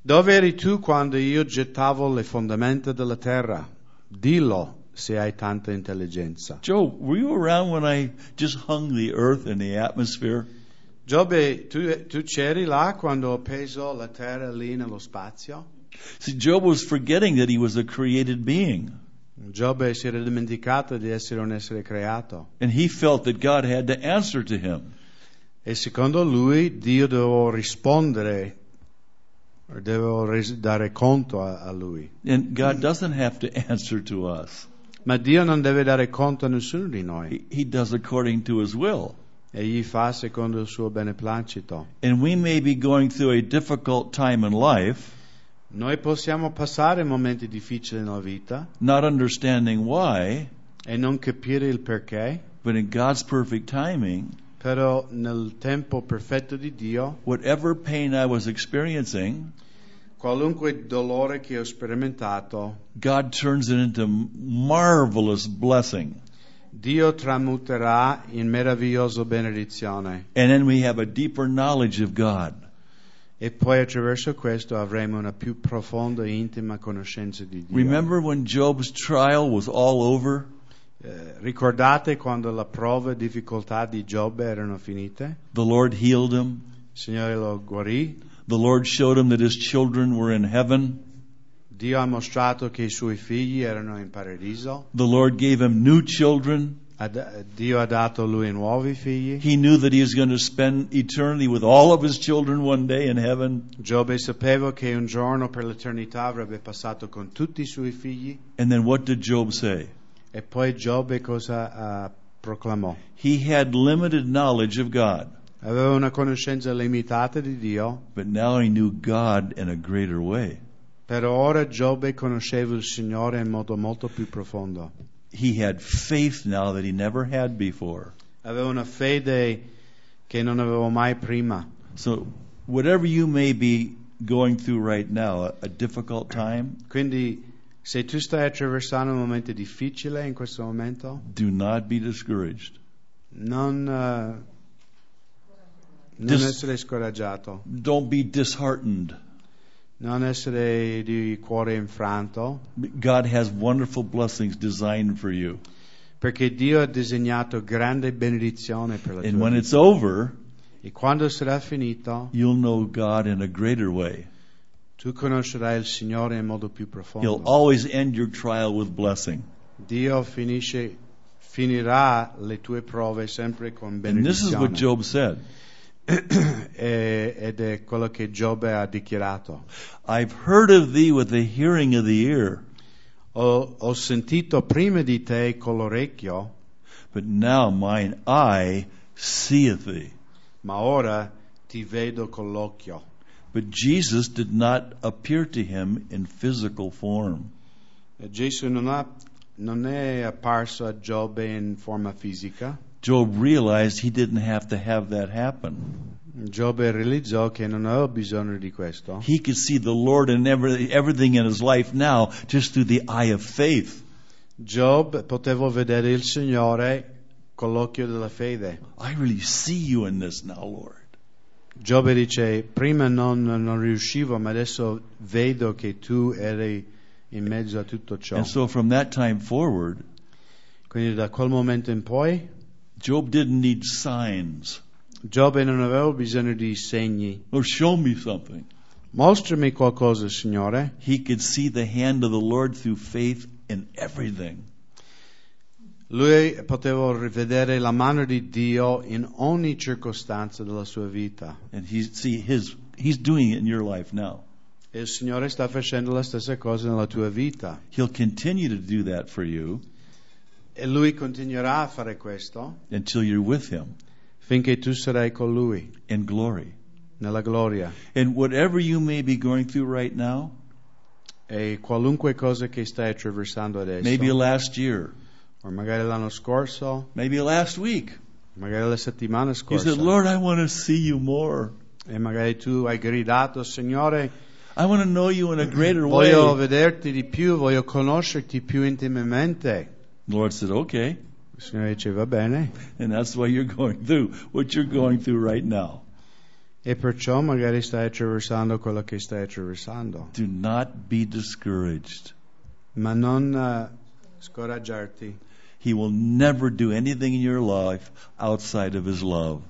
[SPEAKER 2] Dove eri tu quando io gettavo le fondamenta della terra? Dillo se hai tanta intelligenza.
[SPEAKER 1] Job, were you around when I just hung the earth in the atmosphere?
[SPEAKER 2] Giobbe, tu, tu c'eri là quando ho peso la terra lì nello spazio?
[SPEAKER 1] See, Job was forgetting that he was a created being,
[SPEAKER 2] Giobbe si era dimenticato di essere un essere creato
[SPEAKER 1] and he felt that God had to answer to him.
[SPEAKER 2] e secondo lui Dio doveva rispondere, doveva res- dare conto a, a lui.
[SPEAKER 1] And God doesn't have to answer to us,
[SPEAKER 2] Ma Dio non deve dare conto a nessuno di noi,
[SPEAKER 1] He, he does according to His will.
[SPEAKER 2] egli fa secondo il suo beneplacito.
[SPEAKER 1] And we may be going through a difficult time in life,
[SPEAKER 2] Noi possiamo passare momenti difficili nella vita,
[SPEAKER 1] not understanding why,
[SPEAKER 2] e non capire il perché,
[SPEAKER 1] but in God's perfect timing,
[SPEAKER 2] però nel tempo perfetto di Dio,
[SPEAKER 1] whatever pain I was experiencing,
[SPEAKER 2] qualunque dolore che ho sperimentato,
[SPEAKER 1] God turns it into marvelous blessing.
[SPEAKER 2] Dio tramuterà in meravigliosa benedizione.
[SPEAKER 1] And then we have a deeper knowledge of God.
[SPEAKER 2] E poi attraverso questo avremo una più profonda e intima conoscenza di Dio.
[SPEAKER 1] Remember when Job's trial was all over?
[SPEAKER 2] Eh, ricordate quando la prova e difficoltà di Giobbe erano finite?
[SPEAKER 1] The Lord healed him.
[SPEAKER 2] Il Signore lo guarì,
[SPEAKER 1] The Lord showed him that his children were in heaven.
[SPEAKER 2] Dio ha mostrato che i suoi figli erano in paradiso,
[SPEAKER 1] The Lord gave him new children.
[SPEAKER 2] Ad- Dio ha dato a lui nuovi figli.
[SPEAKER 1] He knew that he was going to spend eternity with all of his children one day in heaven.
[SPEAKER 2] Giobbe sapeva che un giorno per l'eternità avrebbe passato con tutti i suoi figli
[SPEAKER 1] And then what did Job say?
[SPEAKER 2] e poi Giobbe cosa eh, proclamò?
[SPEAKER 1] He had limited knowledge of God,
[SPEAKER 2] Aveva una conoscenza limitata di Dio,
[SPEAKER 1] but now he knew God in a greater way.
[SPEAKER 2] però ora Giobbe conosceva il Signore in modo molto più profondo.
[SPEAKER 1] He had faith now that he never had before.
[SPEAKER 2] Aveva una fede che non aveva mai prima.
[SPEAKER 1] So, whatever you may be going through right now, a, a difficult time,
[SPEAKER 2] Quindi se tu stai attraversando un momento difficile in questo momento,
[SPEAKER 1] do not be discouraged.
[SPEAKER 2] non, eh, non
[SPEAKER 1] Dis-
[SPEAKER 2] essere scoraggiato,
[SPEAKER 1] Don't be disheartened.
[SPEAKER 2] non essere di cuore infranto.
[SPEAKER 1] God has wonderful blessings designed for you.
[SPEAKER 2] Perché Dio ha disegnato grande benedizione per la
[SPEAKER 1] And
[SPEAKER 2] tua
[SPEAKER 1] when
[SPEAKER 2] vita.
[SPEAKER 1] it's over,
[SPEAKER 2] E quando sarà finito,
[SPEAKER 1] you'll know God in a greater way.
[SPEAKER 2] tu conoscerai il Signore in modo
[SPEAKER 1] He'll
[SPEAKER 2] più profondo.
[SPEAKER 1] always end your trial with blessing.
[SPEAKER 2] Dio finisce, finirà le tue prove sempre con
[SPEAKER 1] And this is what
[SPEAKER 2] benedizione.
[SPEAKER 1] Job said
[SPEAKER 2] E- ed è quello che Giobbe ha dichiarato.
[SPEAKER 1] I've heard of thee with the hearing of the ear,
[SPEAKER 2] Ho, ho sentito prima di te con l'orecchio,
[SPEAKER 1] but now mine eye seeth thee.
[SPEAKER 2] ma ora ti vedo con l'occhio.
[SPEAKER 1] But Jesus did not appear to him in physical form.
[SPEAKER 2] E Gesù Eh, non, ha- non è apparso a Giobbe in forma fisica.
[SPEAKER 1] Job realized he didn't have to have that happen.
[SPEAKER 2] Giobbe realizzò che non aveva bisogno di questo.
[SPEAKER 1] He could see the Lord in every, everything in his life now just through the eye of faith.
[SPEAKER 2] Job poteva vedere il Signore con l'occhio della fede.
[SPEAKER 1] I really see you in this now, Lord.
[SPEAKER 2] Giobbe dice, prima non, non riuscivo, ma adesso vedo che tu eri in mezzo a tutto ciò.
[SPEAKER 1] And so from that time forward,
[SPEAKER 2] Quindi da quel momento in poi,
[SPEAKER 1] Job didn't need signs
[SPEAKER 2] Giobbe non aveva bisogno di segni.
[SPEAKER 1] or show me something.
[SPEAKER 2] Mostrami qualcosa, Signore.
[SPEAKER 1] He could see the hand of the Lord through faith in everything.
[SPEAKER 2] Lui poteva rivedere la mano di Dio in ogni circostanza della sua vita.
[SPEAKER 1] And he see his he's doing it in your life now.
[SPEAKER 2] E il Signore sta facendo la stessa cosa nella tua vita.
[SPEAKER 1] He'll continue to do that for you
[SPEAKER 2] E lui continuerà a fare questo
[SPEAKER 1] until you're with him
[SPEAKER 2] finché tu sarai con lui
[SPEAKER 1] in glory.
[SPEAKER 2] nella gloria.
[SPEAKER 1] And whatever you may be going through right now,
[SPEAKER 2] E qualunque cosa che stai attraversando adesso,
[SPEAKER 1] maybe last year,
[SPEAKER 2] o magari l'anno scorso,
[SPEAKER 1] maybe last week,
[SPEAKER 2] magari la settimana
[SPEAKER 1] you
[SPEAKER 2] scorsa,
[SPEAKER 1] said, Lord, I want to see you more.
[SPEAKER 2] e magari tu hai gridato, Signore,
[SPEAKER 1] I want to know you in a greater way.
[SPEAKER 2] voglio
[SPEAKER 1] The
[SPEAKER 2] vederti di più, voglio conoscerti più intimamente.
[SPEAKER 1] Lord said, okay.
[SPEAKER 2] Il Signore dice, va bene.
[SPEAKER 1] And that's why you're going through what you're going through right now.
[SPEAKER 2] E perciò magari stai attraversando quello che stai attraversando.
[SPEAKER 1] Do not be discouraged.
[SPEAKER 2] Ma non eh, scoraggiarti.
[SPEAKER 1] He will never do anything in your life outside of His love.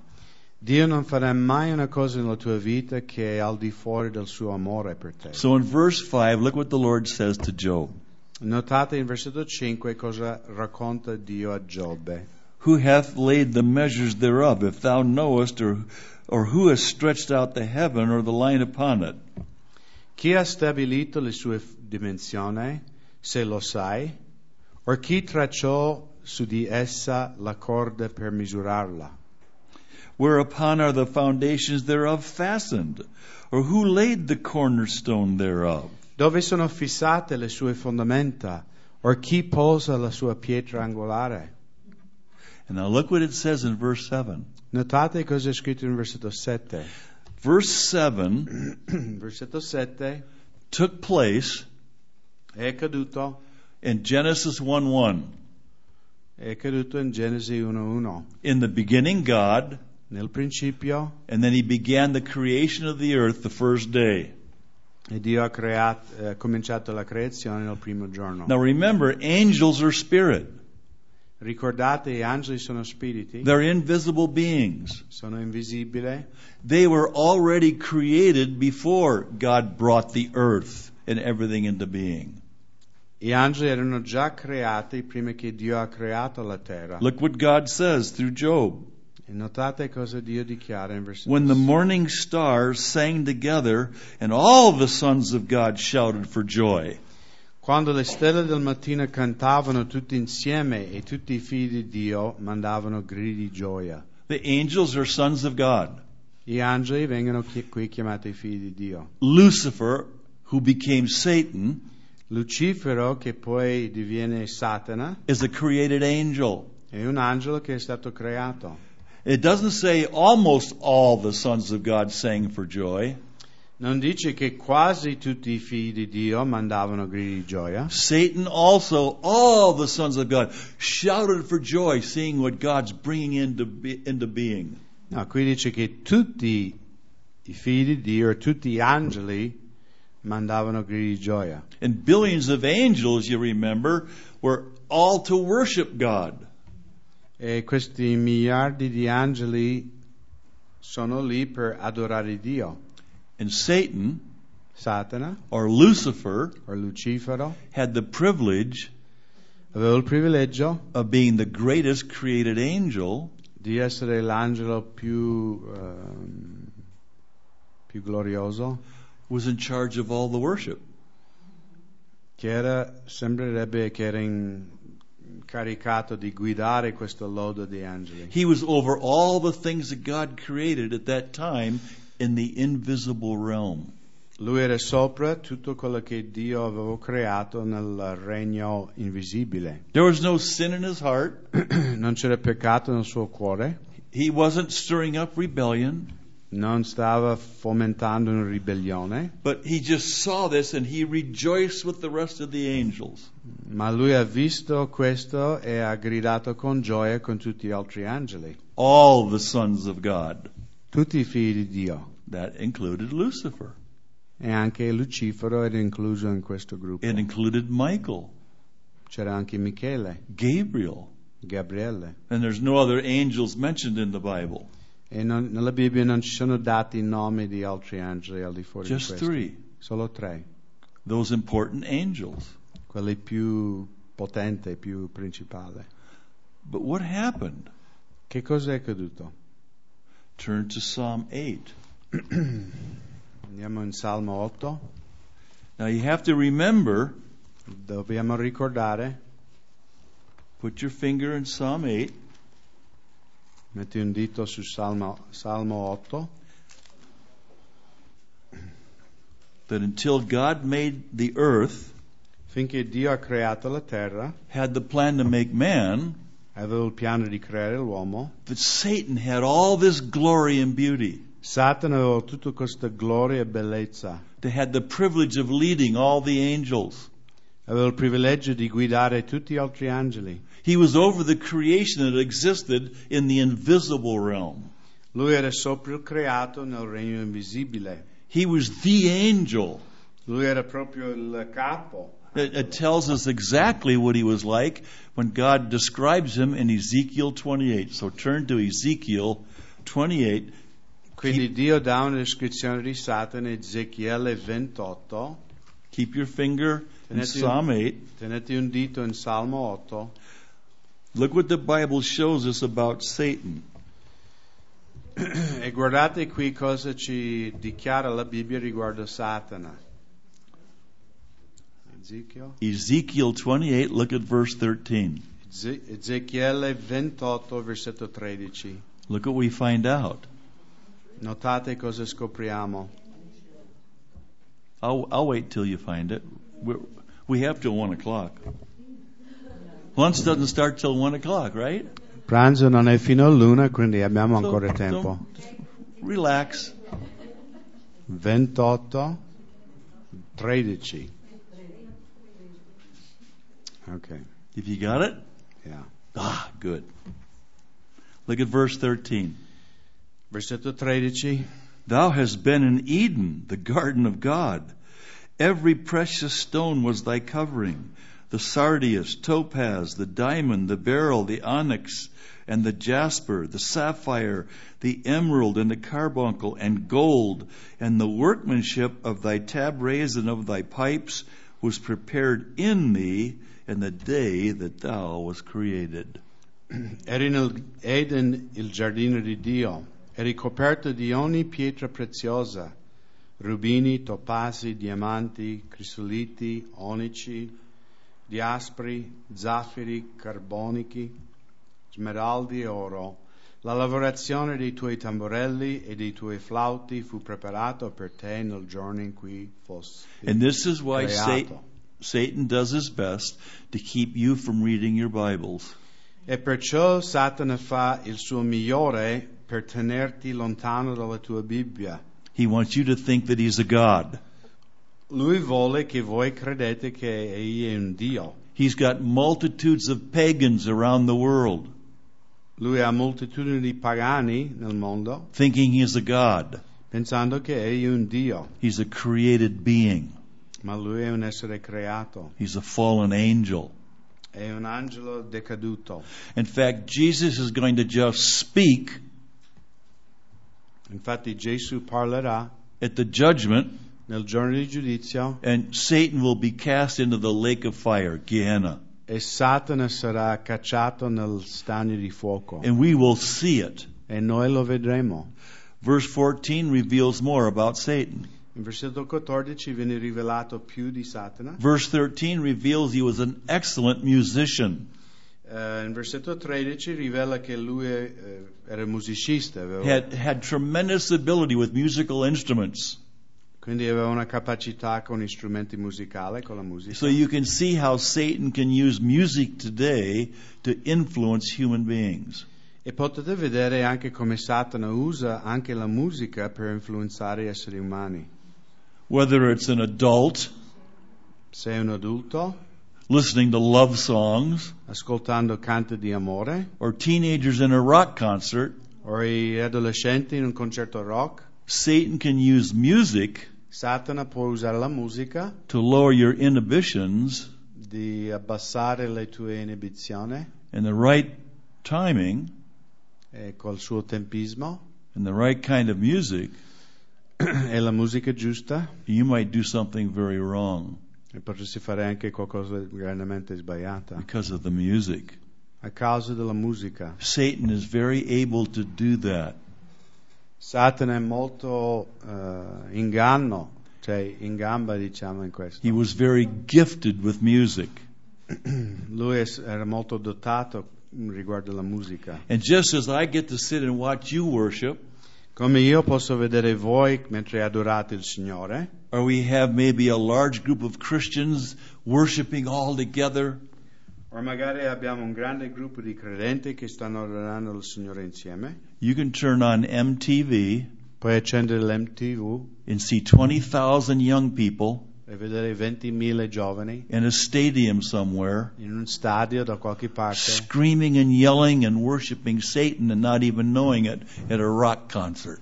[SPEAKER 2] Dio non farà mai una cosa nella tua vita che è al di fuori del suo amore per te.
[SPEAKER 1] So in verse 5, look what the Lord says to Job,
[SPEAKER 2] Notate in versetto 5 cosa racconta Dio a Giobbe.
[SPEAKER 1] Who hath laid the measures thereof, if thou knowest, or, or who has stretched out the heaven or the line upon it?
[SPEAKER 2] Chi ha stabilito le sue f- dimensioni, se lo sai, o chi tracciò su di essa la corda per misurarla?
[SPEAKER 1] Whereupon are the foundations thereof fastened? Or who laid the cornerstone thereof?
[SPEAKER 2] Dove sono fissate le sue fondamenta, o chi posa la sua pietra angolare?
[SPEAKER 1] And now look what it says in verse 7.
[SPEAKER 2] Notate cosa è scritto in versetto 7.
[SPEAKER 1] Verse 7
[SPEAKER 2] versetto 7
[SPEAKER 1] took place
[SPEAKER 2] è caduto,
[SPEAKER 1] in Genesis 1 1.
[SPEAKER 2] è caduto in Genesi 1.1.
[SPEAKER 1] In the beginning, God,
[SPEAKER 2] Nel principio
[SPEAKER 1] and then He began the creation of the earth the first day.
[SPEAKER 2] e Dio ha creat- eh, cominciato la creazione nel primo giorno.
[SPEAKER 1] Now remember, angels are spirit,
[SPEAKER 2] Ricordate, gli angeli sono spiriti,
[SPEAKER 1] they're invisible beings.
[SPEAKER 2] sono invisibili,
[SPEAKER 1] They were already created before God brought the earth and everything into being.
[SPEAKER 2] gli angeli erano già creati prima che Dio ha creato la terra.
[SPEAKER 1] Look what God says through Job.
[SPEAKER 2] E notate cosa Dio dichiara in versetto
[SPEAKER 1] When the morning stars sang together, and all the sons of God shouted for joy.
[SPEAKER 2] Quando le stelle del mattino cantavano tutti insieme e tutti i figli di Dio mandavano gridi di gioia.
[SPEAKER 1] The angels are sons of God.
[SPEAKER 2] Gli angeli vengono chi- qui chiamati figli di Dio.
[SPEAKER 1] Lucifer, who became Satan,
[SPEAKER 2] Lucifero, che poi diviene Satana,
[SPEAKER 1] is a created angel.
[SPEAKER 2] è un angelo che è stato creato.
[SPEAKER 1] It doesn't say almost all the sons of God sang for joy.
[SPEAKER 2] Non dice che quasi tutti i figli di Dio mandavano gridi di gioia.
[SPEAKER 1] Satan also, all the sons of God, shouted for joy seeing what God's bringing into, be, into being.
[SPEAKER 2] No, qui dice che tutti i figli di Dio, tutti gli angeli mandavano gridi di gioia.
[SPEAKER 1] And billions of angels, you remember, were all to worship God.
[SPEAKER 2] E questi miliardi di angeli sono lì per adorare Dio.
[SPEAKER 1] And Satan,
[SPEAKER 2] Satana
[SPEAKER 1] or Lucifer,
[SPEAKER 2] o Lucifero
[SPEAKER 1] had the privilege
[SPEAKER 2] aveva il privilegio
[SPEAKER 1] of being the greatest created angel,
[SPEAKER 2] di essere l'angelo più, ehm, più glorioso,
[SPEAKER 1] was in charge of all the worship.
[SPEAKER 2] che era, sembrerebbe che era incaricato di guidare questo lodo di angeli.
[SPEAKER 1] He was over all the things that God created at that time in the invisible realm.
[SPEAKER 2] Lui era sopra tutto quello che Dio aveva creato nel regno invisibile.
[SPEAKER 1] There was no sin in his heart.
[SPEAKER 2] Non c'era peccato nel suo cuore,
[SPEAKER 1] He wasn't stirring up rebellion,
[SPEAKER 2] non stava fomentando una ribellione,
[SPEAKER 1] but he just saw this and he rejoiced with the rest of the angels.
[SPEAKER 2] ma lui ha visto questo e ha gridato con gioia con tutti gli altri angeli,
[SPEAKER 1] All the sons of God.
[SPEAKER 2] tutti i figli di Dio.
[SPEAKER 1] That included Lucifer.
[SPEAKER 2] E anche Lucifero era incluso in questo gruppo.
[SPEAKER 1] It included Michael,
[SPEAKER 2] C'era anche Michele,
[SPEAKER 1] Gabriel,
[SPEAKER 2] Gabriele.
[SPEAKER 1] and there's no other angels mentioned in the Bible.
[SPEAKER 2] E non- nella Bibbia non ci sono dati i nomi di altri angeli al di fuori
[SPEAKER 1] Just
[SPEAKER 2] di questo.
[SPEAKER 1] three.
[SPEAKER 2] Solo tre.
[SPEAKER 1] Those important angels.
[SPEAKER 2] quelli più potente, più principale.
[SPEAKER 1] But what happened?
[SPEAKER 2] Che cosa è accaduto?
[SPEAKER 1] Turn to Psalm 8.
[SPEAKER 2] Andiamo in Salmo 8,
[SPEAKER 1] Now you have to remember
[SPEAKER 2] dobbiamo ricordare
[SPEAKER 1] Put your finger in Psalm 8,
[SPEAKER 2] Metti un dito su Salmo, Salmo 8,
[SPEAKER 1] that until God made the earth,
[SPEAKER 2] finché Dio ha creato la terra,
[SPEAKER 1] had the plan to make man,
[SPEAKER 2] aveva il piano di creare l'uomo,
[SPEAKER 1] that Satan had all this glory and beauty,
[SPEAKER 2] Satana aveva tutta questa gloria e bellezza,
[SPEAKER 1] that had the privilege of leading all the angels.
[SPEAKER 2] aveva il privilegio di guidare tutti gli altri angeli.
[SPEAKER 1] He was over the creation that existed in the invisible realm.
[SPEAKER 2] Lui era sopra il creato nel regno invisibile.
[SPEAKER 1] He was the angel.
[SPEAKER 2] Lui era proprio il capo.
[SPEAKER 1] It, it tells us exactly what he was like when God describes him in Ezekiel 28. So turn to Ezekiel 28.
[SPEAKER 2] Quindi Dio dà una descrizione di Satana in Ezechiele 28.
[SPEAKER 1] Keep your finger in
[SPEAKER 2] Tenete-
[SPEAKER 1] Psalm 8.
[SPEAKER 2] Tenete un dito in Salmo 8.
[SPEAKER 1] Look what the Bible shows us about Satan.
[SPEAKER 2] E guardate qui cosa ci dichiara la Bibbia riguardo Satana. Ezechiel-
[SPEAKER 1] Ezekiel 28, look at verse 13.
[SPEAKER 2] Eze- Ezechiele 28, versetto 13.
[SPEAKER 1] Look what we find out.
[SPEAKER 2] Notate cosa scopriamo.
[SPEAKER 1] I'll, I'll wait till you find it. We're, we have till 1 o'clock. Lunch doesn't start till 1 o'clock, right?
[SPEAKER 2] Pranzo non è fino a luna, quindi abbiamo
[SPEAKER 1] So-
[SPEAKER 2] ancora
[SPEAKER 1] so
[SPEAKER 2] tempo.
[SPEAKER 1] just relax.
[SPEAKER 2] 28, 13. Ok,
[SPEAKER 1] If you got it,
[SPEAKER 2] yeah.
[SPEAKER 1] ah, good. Look at verse 13.
[SPEAKER 2] Versetto 13.
[SPEAKER 1] Thou hast been in Eden, the garden of God. Every precious stone was thy covering the sardius, topaz, the diamond, the beryl, the onyx, and the jasper, the sapphire, the emerald, and the carbuncle, and gold, and the workmanship of thy tabrets and of thy pipes was prepared in me in the day that thou was created.
[SPEAKER 2] Eri nel Eden il giardino di Dio, eri coperto di ogni pietra preziosa, rubini, topasi, diamanti, crisoliti, onici, diaspri, zaffiri, carbonichi, smeraldi e oro. La lavorazione dei tuoi tamburelli e dei tuoi flauti fu preparata per te nel giorno in cui fosti
[SPEAKER 1] And this is why Satan.
[SPEAKER 2] creato.
[SPEAKER 1] Satan does his best to keep you from reading your Bibles.
[SPEAKER 2] E perciò Satana fa il suo migliore per tenerti lontano dalla tua Bibbia.
[SPEAKER 1] He wants you to think that he's a God.
[SPEAKER 2] Lui vuole che voi credete che egli è un Dio.
[SPEAKER 1] He's got multitudes of pagans around the world
[SPEAKER 2] Lui ha moltitudini di pagani nel mondo
[SPEAKER 1] thinking he's a God.
[SPEAKER 2] pensando che egli è un Dio,
[SPEAKER 1] He's a created being,
[SPEAKER 2] ma lui è un essere creato,
[SPEAKER 1] he's a fallen angel.
[SPEAKER 2] è un angelo decaduto.
[SPEAKER 1] In fact, Jesus is going to just speak
[SPEAKER 2] Infatti Gesù parlerà
[SPEAKER 1] at the judgment,
[SPEAKER 2] nel giorno di giudizio
[SPEAKER 1] and Satan will be cast into the lake of fire, Gehenna.
[SPEAKER 2] e Satana sarà cacciato nel stagno di fuoco
[SPEAKER 1] And we will see it.
[SPEAKER 2] e noi lo vedremo.
[SPEAKER 1] Verse 14 reveals more about Satan.
[SPEAKER 2] In versetto 14 viene rivelato più di Satana.
[SPEAKER 1] Verse 13 reveals he was an excellent musician,
[SPEAKER 2] Eh, in versetto 13 rivela che lui eh, era musicista, aveva-
[SPEAKER 1] had, had tremendous ability with musical instruments.
[SPEAKER 2] quindi aveva una capacità con gli strumenti musicali, con la musica.
[SPEAKER 1] So you can see how Satan can use music today to influence human beings.
[SPEAKER 2] E potete vedere anche come Satana usa anche la musica per influenzare gli esseri umani.
[SPEAKER 1] Whether it's an adult
[SPEAKER 2] Se è un adulto,
[SPEAKER 1] listening to love songs,
[SPEAKER 2] ascoltando canti di amore,
[SPEAKER 1] or teenagers in a rock concert,
[SPEAKER 2] o gli adolescenti in un concerto rock,
[SPEAKER 1] Satan can use music
[SPEAKER 2] Satana può usare la musica
[SPEAKER 1] to lower your inhibitions
[SPEAKER 2] di abbassare le tue inibizioni
[SPEAKER 1] in the right timing
[SPEAKER 2] e eh, col suo tempismo
[SPEAKER 1] and the right kind of music.
[SPEAKER 2] e la musica giusta.
[SPEAKER 1] You might do something very wrong
[SPEAKER 2] E potresti fare anche qualcosa di grandemente sbagliata
[SPEAKER 1] because of the music.
[SPEAKER 2] a causa della musica.
[SPEAKER 1] Satan is very able to do that.
[SPEAKER 2] Satana è molto eh, inganno, cioè in gamba diciamo in questo.
[SPEAKER 1] He was very gifted with music.
[SPEAKER 2] Lui es- era molto dotato riguardo alla musica.
[SPEAKER 1] And just as I get to sit and watch you worship,
[SPEAKER 2] Come io posso vedere voi mentre adorate il Signore,
[SPEAKER 1] or we have maybe a large group of Christians worshiping all together,
[SPEAKER 2] o magari abbiamo un grande gruppo di credenti che stanno adorando il Signore insieme,
[SPEAKER 1] you can turn on MTV
[SPEAKER 2] puoi accendere l'MTV
[SPEAKER 1] and see 20,000 young people
[SPEAKER 2] e vedere 20.000 giovani
[SPEAKER 1] in a stadium somewhere
[SPEAKER 2] in un stadio da qualche parte
[SPEAKER 1] screaming and yelling and worshiping Satan and not even knowing it at a rock concert.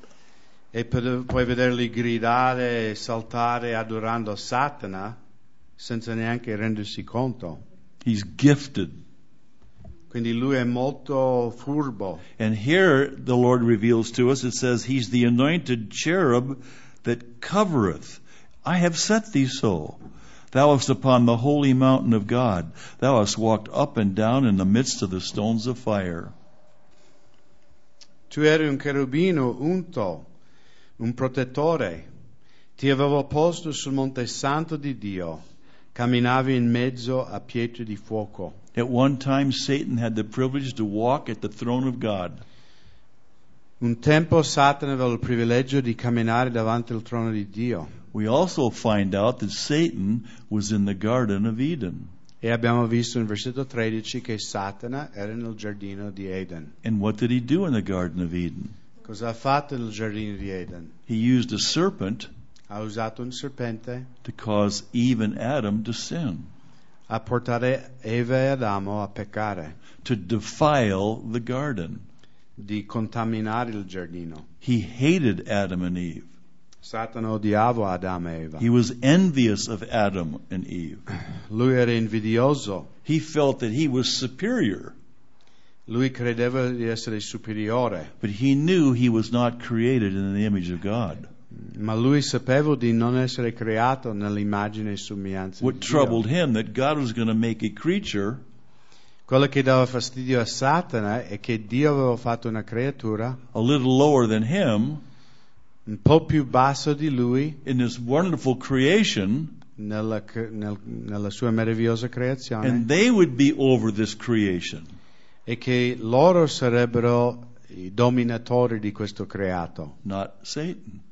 [SPEAKER 2] e pu- puoi vederli gridare, e saltare, adorando Satana senza neanche rendersi conto.
[SPEAKER 1] He's gifted.
[SPEAKER 2] Quindi lui è molto furbo.
[SPEAKER 1] And here the Lord reveals to us it says, He's the anointed cherub that covereth. I have set thee so. Thou hast upon the holy mountain of God. Thou hast walked up and down in the midst of the stones of fire.
[SPEAKER 2] Tu eri un cherubino unto, un protettore. Ti avevo posto sul monte santo di Dio. Camminavi in mezzo a pietre di fuoco.
[SPEAKER 1] At one time, Satan had the privilege to walk at the throne of God.
[SPEAKER 2] Un tempo Satana aveva il privilegio di camminare davanti al trono di Dio.
[SPEAKER 1] We also find out that Satan was in the Garden of Eden.
[SPEAKER 2] E abbiamo visto in versetto 13 che Satana era nel giardino di Eden.
[SPEAKER 1] And what did he do in the Garden of Eden?
[SPEAKER 2] Cosa ha fatto nel giardino di Eden?
[SPEAKER 1] He used a serpent
[SPEAKER 2] Ha usato un serpente
[SPEAKER 1] to cause Eve and Adam to sin.
[SPEAKER 2] a portare Eva e Adamo a peccare,
[SPEAKER 1] to defile the garden.
[SPEAKER 2] di contaminare il giardino.
[SPEAKER 1] He hated Adam and Eve.
[SPEAKER 2] Satana odiava Adamo e Eva.
[SPEAKER 1] He was envious of Adam and Eve.
[SPEAKER 2] Lui era invidioso,
[SPEAKER 1] He felt that he was superior,
[SPEAKER 2] lui credeva di essere superiore,
[SPEAKER 1] but he knew he was not created in the image of God.
[SPEAKER 2] ma lui sapeva di non essere creato nell'immagine e somiglianza
[SPEAKER 1] What
[SPEAKER 2] di
[SPEAKER 1] troubled
[SPEAKER 2] Dio.
[SPEAKER 1] him that God was going to make a creature
[SPEAKER 2] Quello che dava fastidio a Satana è che Dio aveva fatto una creatura
[SPEAKER 1] a little lower than him
[SPEAKER 2] un po' più basso di lui
[SPEAKER 1] in this wonderful creation,
[SPEAKER 2] nella, cre- nel- nella sua meravigliosa creazione
[SPEAKER 1] and they would be over this creation.
[SPEAKER 2] e che loro sarebbero i dominatori di questo creato,
[SPEAKER 1] Not Satan.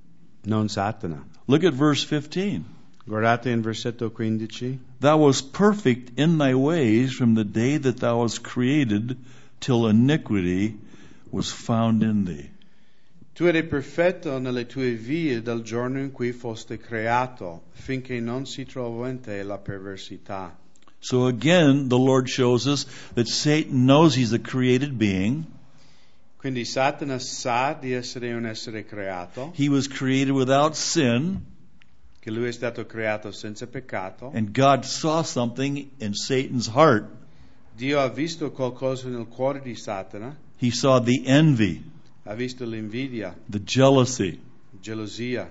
[SPEAKER 2] non Satana.
[SPEAKER 1] Look at verse 15.
[SPEAKER 2] Guardate in versetto 15.
[SPEAKER 1] Thou wast perfect in thy ways from the day that thou wast created till iniquity was found in thee.
[SPEAKER 2] Tu eri perfetto nelle tue vie dal giorno in cui foste creato, finché non si trovò in te la perversità.
[SPEAKER 1] So again, the Lord shows us that Satan knows he's a created being.
[SPEAKER 2] Quindi Satana sa di essere un essere creato,
[SPEAKER 1] He was created without sin,
[SPEAKER 2] che lui è stato creato senza peccato.
[SPEAKER 1] and God saw something in Satan's heart.
[SPEAKER 2] Dio ha visto qualcosa nel cuore di Satana,
[SPEAKER 1] He saw the envy,
[SPEAKER 2] ha visto l'invidia,
[SPEAKER 1] the jealousy.
[SPEAKER 2] gelosia.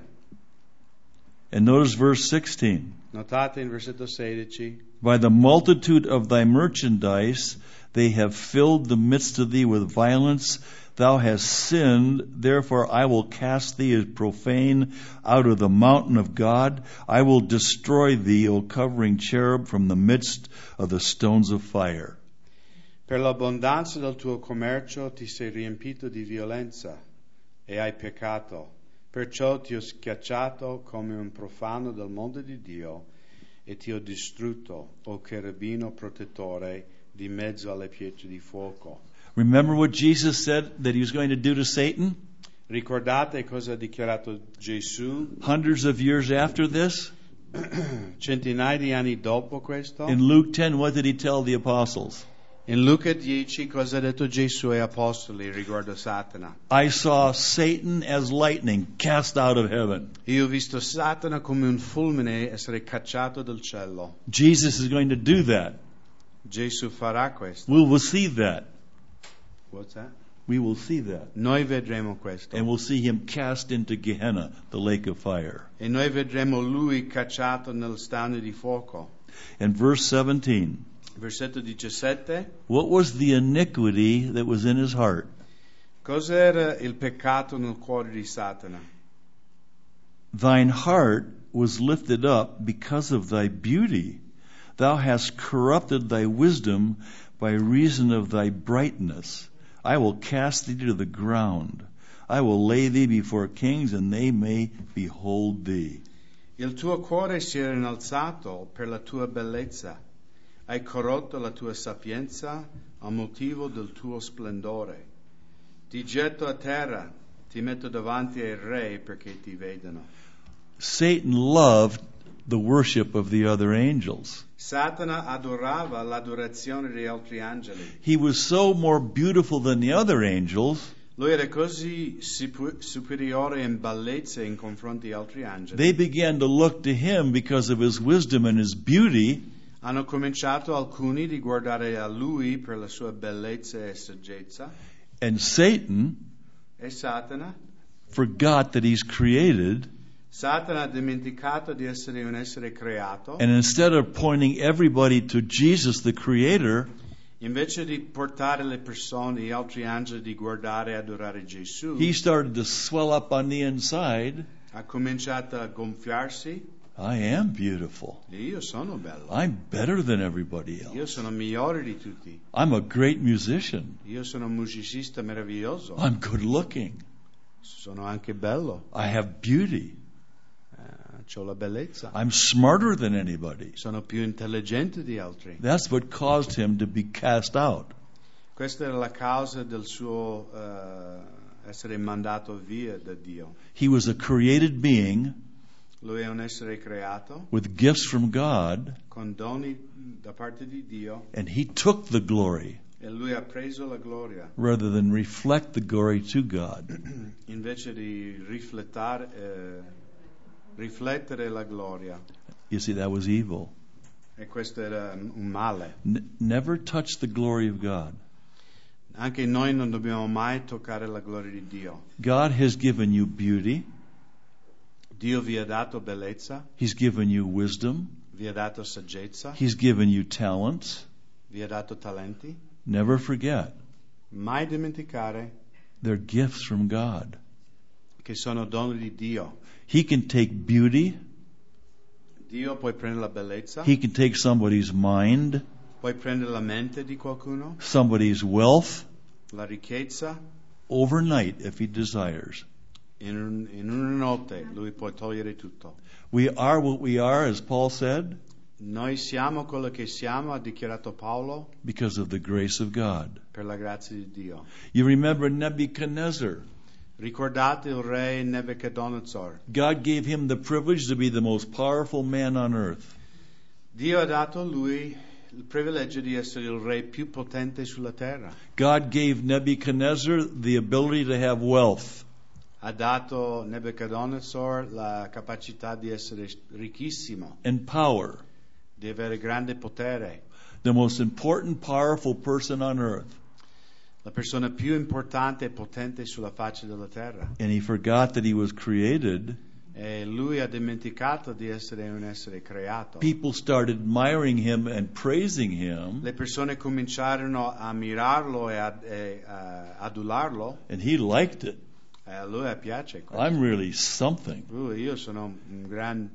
[SPEAKER 1] And notice verse 16.
[SPEAKER 2] Notate in versetto 16.
[SPEAKER 1] By the multitude of thy merchandise, they have filled the midst of thee with violence. Thou hast sinned, therefore I will cast thee as profane out of the mountain of God. I will destroy thee, O covering cherub, from the midst of the stones of fire.
[SPEAKER 2] Per l'abbondanza del tuo commercio ti sei riempito di violenza e hai peccato. Perciò ti ho schiacciato come un profano dal mondo di Dio e ti ho distrutto, o cherubino protettore, di mezzo alle pietre di fuoco.
[SPEAKER 1] Remember what Jesus said that he was going to do to Satan
[SPEAKER 2] Ricordate cosa ha dichiarato Gesù
[SPEAKER 1] hundreds of years after this?
[SPEAKER 2] centinaia di anni dopo questo?
[SPEAKER 1] In Luke 10, what did he tell the apostles?
[SPEAKER 2] In Luca 10 cosa ha detto Gesù ai apostoli riguardo Satana?
[SPEAKER 1] I saw Satan as lightning cast out of heaven.
[SPEAKER 2] Io ho visto Satana come un fulmine essere cacciato dal cielo.
[SPEAKER 1] Jesus is going to do that.
[SPEAKER 2] Gesù farà questo.
[SPEAKER 1] We will see that.
[SPEAKER 2] What's that?
[SPEAKER 1] We will see that.
[SPEAKER 2] Noi vedremo questo.
[SPEAKER 1] And we'll see him cast into Gehenna, the lake of fire.
[SPEAKER 2] E noi vedremo lui cacciato nel stagno di fuoco.
[SPEAKER 1] And verse 17
[SPEAKER 2] Versetto 17.
[SPEAKER 1] What was the iniquity that was in his heart?
[SPEAKER 2] Cos'era il peccato nel cuore di Satana?
[SPEAKER 1] Thine heart was lifted up because of thy beauty. Thou hast corrupted thy wisdom by reason of thy brightness. I will cast thee to the ground. I will lay thee before kings, and they may behold thee.
[SPEAKER 2] Il tuo cuore si era innalzato per la tua bellezza, hai corrotto la tua sapienza a motivo del tuo splendore. Ti getto a terra, ti metto davanti ai re perché ti vedano.
[SPEAKER 1] Satan loved the worship of the other angels.
[SPEAKER 2] Satana adorava l'adorazione degli altri angeli.
[SPEAKER 1] He was so more beautiful than the other angels,
[SPEAKER 2] Lui era così sipu- superiore in bellezza in confronto agli altri angeli.
[SPEAKER 1] they began to look to him because of his wisdom and his beauty,
[SPEAKER 2] Hanno cominciato alcuni di guardare a lui per la sua bellezza e saggezza
[SPEAKER 1] and Satan
[SPEAKER 2] e Satana,
[SPEAKER 1] forgot that he's created,
[SPEAKER 2] Satana ha dimenticato di essere un essere creato,
[SPEAKER 1] and instead of pointing everybody to Jesus, the Creator,
[SPEAKER 2] invece di portare le persone, gli altri angeli, di guardare e adorare Gesù,
[SPEAKER 1] he started to swell up on the inside.
[SPEAKER 2] ha cominciato a gonfiarsi,
[SPEAKER 1] I am beautiful.
[SPEAKER 2] io sono bello,
[SPEAKER 1] I'm better than everybody
[SPEAKER 2] io
[SPEAKER 1] else.
[SPEAKER 2] sono migliore di tutti,
[SPEAKER 1] I'm a great musician.
[SPEAKER 2] io sono un musicista meraviglioso,
[SPEAKER 1] I'm good looking.
[SPEAKER 2] sono anche bello,
[SPEAKER 1] I have beauty.
[SPEAKER 2] eh, ho la bellezza,
[SPEAKER 1] I'm smarter than anybody.
[SPEAKER 2] sono più intelligente di altri.
[SPEAKER 1] That's what caused him to be cast out.
[SPEAKER 2] Questa era la causa del suo eh, essere mandato via da Dio.
[SPEAKER 1] He was a created being
[SPEAKER 2] Lui è un essere creato
[SPEAKER 1] with gifts from God,
[SPEAKER 2] con doni da parte di Dio
[SPEAKER 1] and he took the glory
[SPEAKER 2] e lui ha preso la gloria
[SPEAKER 1] rather than reflect the glory to God.
[SPEAKER 2] invece di riflettar- eh, riflettere la gloria.
[SPEAKER 1] You see, that was evil.
[SPEAKER 2] E questo era un male.
[SPEAKER 1] N- never touch the glory of God.
[SPEAKER 2] Anche noi non dobbiamo mai toccare la gloria di Dio.
[SPEAKER 1] God has given you beauty,
[SPEAKER 2] Dio vi ha dato bellezza,
[SPEAKER 1] He's given you wisdom,
[SPEAKER 2] vi ha dato saggezza,
[SPEAKER 1] He's given you talents.
[SPEAKER 2] vi ha dato talenti.
[SPEAKER 1] Never forget,
[SPEAKER 2] Mai dimenticare
[SPEAKER 1] they're gifts from God.
[SPEAKER 2] che sono doni di Dio.
[SPEAKER 1] He can take beauty,
[SPEAKER 2] Dio puoi prendere la bellezza,
[SPEAKER 1] He can take somebody's mind,
[SPEAKER 2] puoi prendere la mente di qualcuno,
[SPEAKER 1] somebody's wealth
[SPEAKER 2] la ricchezza,
[SPEAKER 1] overnight if He desires.
[SPEAKER 2] in, un- in una notte lui può togliere tutto.
[SPEAKER 1] We are what we are, as Paul said,
[SPEAKER 2] Noi siamo quello che siamo, ha dichiarato Paolo,
[SPEAKER 1] because of the grace of God.
[SPEAKER 2] per la grazia di Dio.
[SPEAKER 1] You remember Nebuchadnezzar.
[SPEAKER 2] Ricordate il re Nebuchadnezzar.
[SPEAKER 1] God gave him the privilege to be the most powerful man on earth.
[SPEAKER 2] Dio ha dato a lui il privilegio di essere il re più potente sulla terra.
[SPEAKER 1] God gave Nebuchadnezzar the ability to have wealth.
[SPEAKER 2] Ha dato a Nebuchadnezzar la capacità di essere ricchissimo,
[SPEAKER 1] and power,
[SPEAKER 2] di avere grande potere,
[SPEAKER 1] the most important, powerful person on earth.
[SPEAKER 2] la persona più importante e potente sulla faccia della terra.
[SPEAKER 1] And he forgot that he was created.
[SPEAKER 2] E lui ha dimenticato di essere un essere creato.
[SPEAKER 1] People started admiring him and praising him,
[SPEAKER 2] Le persone cominciarono a mirarlo e, ad, e a adularlo,
[SPEAKER 1] and he liked it.
[SPEAKER 2] e a lui piace questo.
[SPEAKER 1] I'm really something.
[SPEAKER 2] Lui, io sono un gran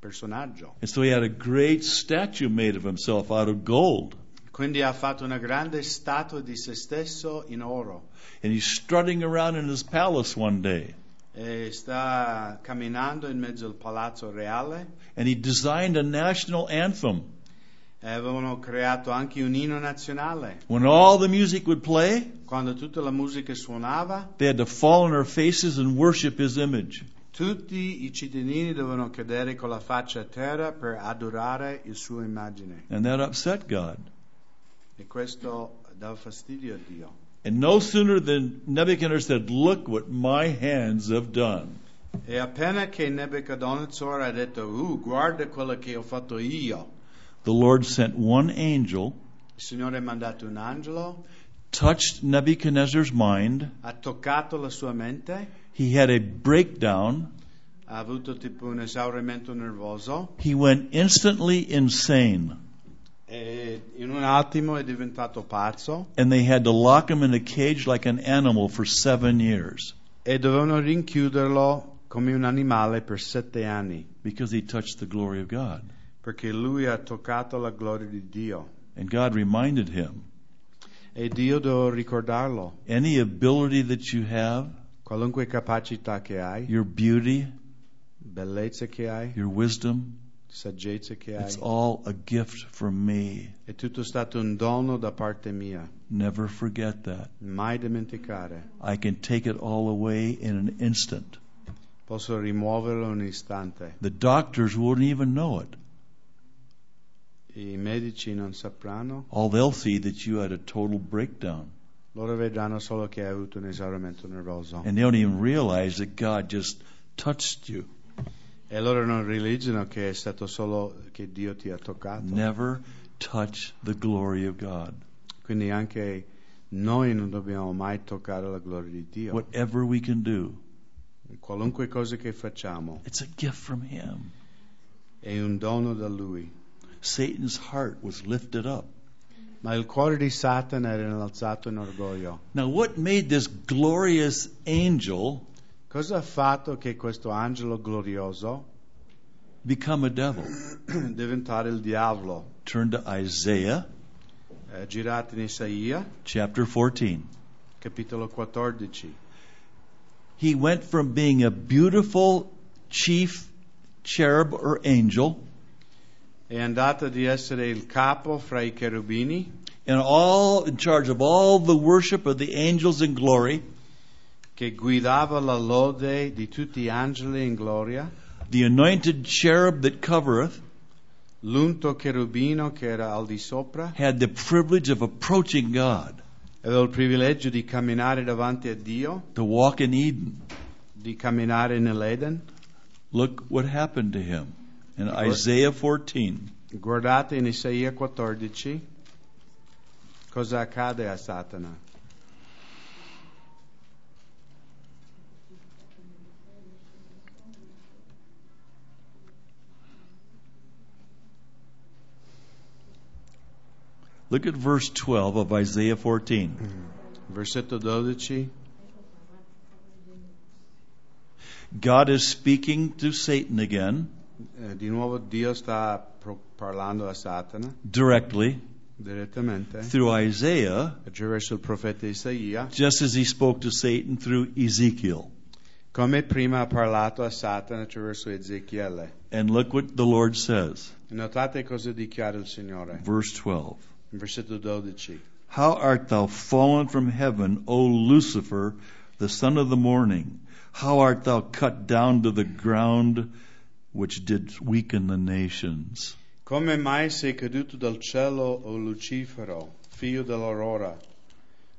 [SPEAKER 2] personaggio.
[SPEAKER 1] And so he had a great statue made of himself out of gold,
[SPEAKER 2] Quindi ha fatto una grande statua di se stesso in oro
[SPEAKER 1] and he's strutting around in his palace one day.
[SPEAKER 2] e Eh, sta camminando in mezzo al palazzo reale.
[SPEAKER 1] And he designed a national anthem.
[SPEAKER 2] E Eh, avevano creato anche un inno nazionale.
[SPEAKER 1] When all the music would play,
[SPEAKER 2] Quando tutta la musica suonava,
[SPEAKER 1] they had to fall on their faces and worship his image.
[SPEAKER 2] tutti i cittadini dovevano cadere con la faccia a terra per adorare il suo immagine.
[SPEAKER 1] And that upset God.
[SPEAKER 2] E questo dà fastidio a Dio.
[SPEAKER 1] And no sooner than Nebuchadnezzar said, Look what my hands have done,
[SPEAKER 2] E appena che Nebuchadnezzar ha detto, uh, guarda quello che ho fatto io,
[SPEAKER 1] the Lord sent one angel,
[SPEAKER 2] il Signore ha mandato un angelo,
[SPEAKER 1] touched Nebuchadnezzar's mind.
[SPEAKER 2] ha toccato la sua mente,
[SPEAKER 1] He had a breakdown.
[SPEAKER 2] ha avuto tipo un esaurimento nervoso
[SPEAKER 1] He went instantly insane.
[SPEAKER 2] e in un attimo è diventato pazzo
[SPEAKER 1] And they had to lock him in a cage like an animal for seven years
[SPEAKER 2] e dovevano rinchiuderlo come un animale per sette anni
[SPEAKER 1] because he touched the glory of God.
[SPEAKER 2] perché lui ha toccato la gloria di Dio.
[SPEAKER 1] And God reminded him
[SPEAKER 2] E Dio deve ricordarlo.
[SPEAKER 1] any ability that you have,
[SPEAKER 2] Qualunque capacità che hai,
[SPEAKER 1] your beauty,
[SPEAKER 2] bellezza che hai,
[SPEAKER 1] your wisdom,
[SPEAKER 2] saggezza che hai,
[SPEAKER 1] it's all a gift from me.
[SPEAKER 2] è tutto stato un dono da parte mia.
[SPEAKER 1] Never forget that.
[SPEAKER 2] Mai dimenticare.
[SPEAKER 1] I can take it all away in an instant.
[SPEAKER 2] Posso rimuoverlo un istante.
[SPEAKER 1] The doctors won't even know it.
[SPEAKER 2] I medici non sapranno,
[SPEAKER 1] All they'll see that you had a total breakdown.
[SPEAKER 2] loro vedranno solo che hai avuto un esaurimento nervoso.
[SPEAKER 1] And they don't even realize that God just touched you.
[SPEAKER 2] E loro non realizzano che è stato solo che Dio ti ha toccato.
[SPEAKER 1] Never touch the glory of God.
[SPEAKER 2] Quindi anche noi non dobbiamo mai toccare la gloria di Dio.
[SPEAKER 1] Whatever we can do,
[SPEAKER 2] Qualunque cosa che facciamo
[SPEAKER 1] it's a gift from Him.
[SPEAKER 2] è un dono da Lui.
[SPEAKER 1] Satan's heart was lifted up.
[SPEAKER 2] Ma il cuore di Satana era innalzato in orgoglio.
[SPEAKER 1] Now, what made this glorious angel
[SPEAKER 2] Cosa ha fatto che questo angelo glorioso
[SPEAKER 1] become a devil?
[SPEAKER 2] diventare il diavolo?
[SPEAKER 1] Turn to Isaiah
[SPEAKER 2] Eh, girate in Isaia,
[SPEAKER 1] chapter 14.
[SPEAKER 2] capitolo 14.
[SPEAKER 1] He went from being a beautiful chief cherub or angel
[SPEAKER 2] È andata di essere il capo fra i cherubini,
[SPEAKER 1] and all in charge of all the worship of the angels in glory,
[SPEAKER 2] che guidava la lode di tutti gli angeli in gloria,
[SPEAKER 1] the anointed cherub that covereth,
[SPEAKER 2] l'unto cherubino che era al di sopra,
[SPEAKER 1] had the privilege of approaching God,
[SPEAKER 2] aveva il privilegio di camminare davanti a Dio,
[SPEAKER 1] to walk in Eden.
[SPEAKER 2] di camminare nell'Eden.
[SPEAKER 1] Look what happened to him in
[SPEAKER 2] What?
[SPEAKER 1] Isaiah 14.
[SPEAKER 2] Guardate in Isaia 14 cosa accade a Satana.
[SPEAKER 1] Look at verse 12 of Isaiah 14.
[SPEAKER 2] Versetto 12,
[SPEAKER 1] God is speaking to Satan again
[SPEAKER 2] eh, di nuovo Dio sta pro- parlando a Satana
[SPEAKER 1] directly
[SPEAKER 2] direttamente
[SPEAKER 1] through Isaiah,
[SPEAKER 2] attraverso il profeta Isaia,
[SPEAKER 1] just as he spoke to Satan through Ezekiel.
[SPEAKER 2] come prima ha parlato a Satana attraverso Ezechiele.
[SPEAKER 1] And look what the Lord says.
[SPEAKER 2] Notate cosa dichiara il Signore.
[SPEAKER 1] Verse 12.
[SPEAKER 2] Versetto 12.
[SPEAKER 1] How art thou fallen from heaven, O Lucifer, the son of the morning? How art thou cut down to the ground, which did weaken the nations?
[SPEAKER 2] Come mai sei caduto dal cielo, o Lucifero, figlio dell'aurora?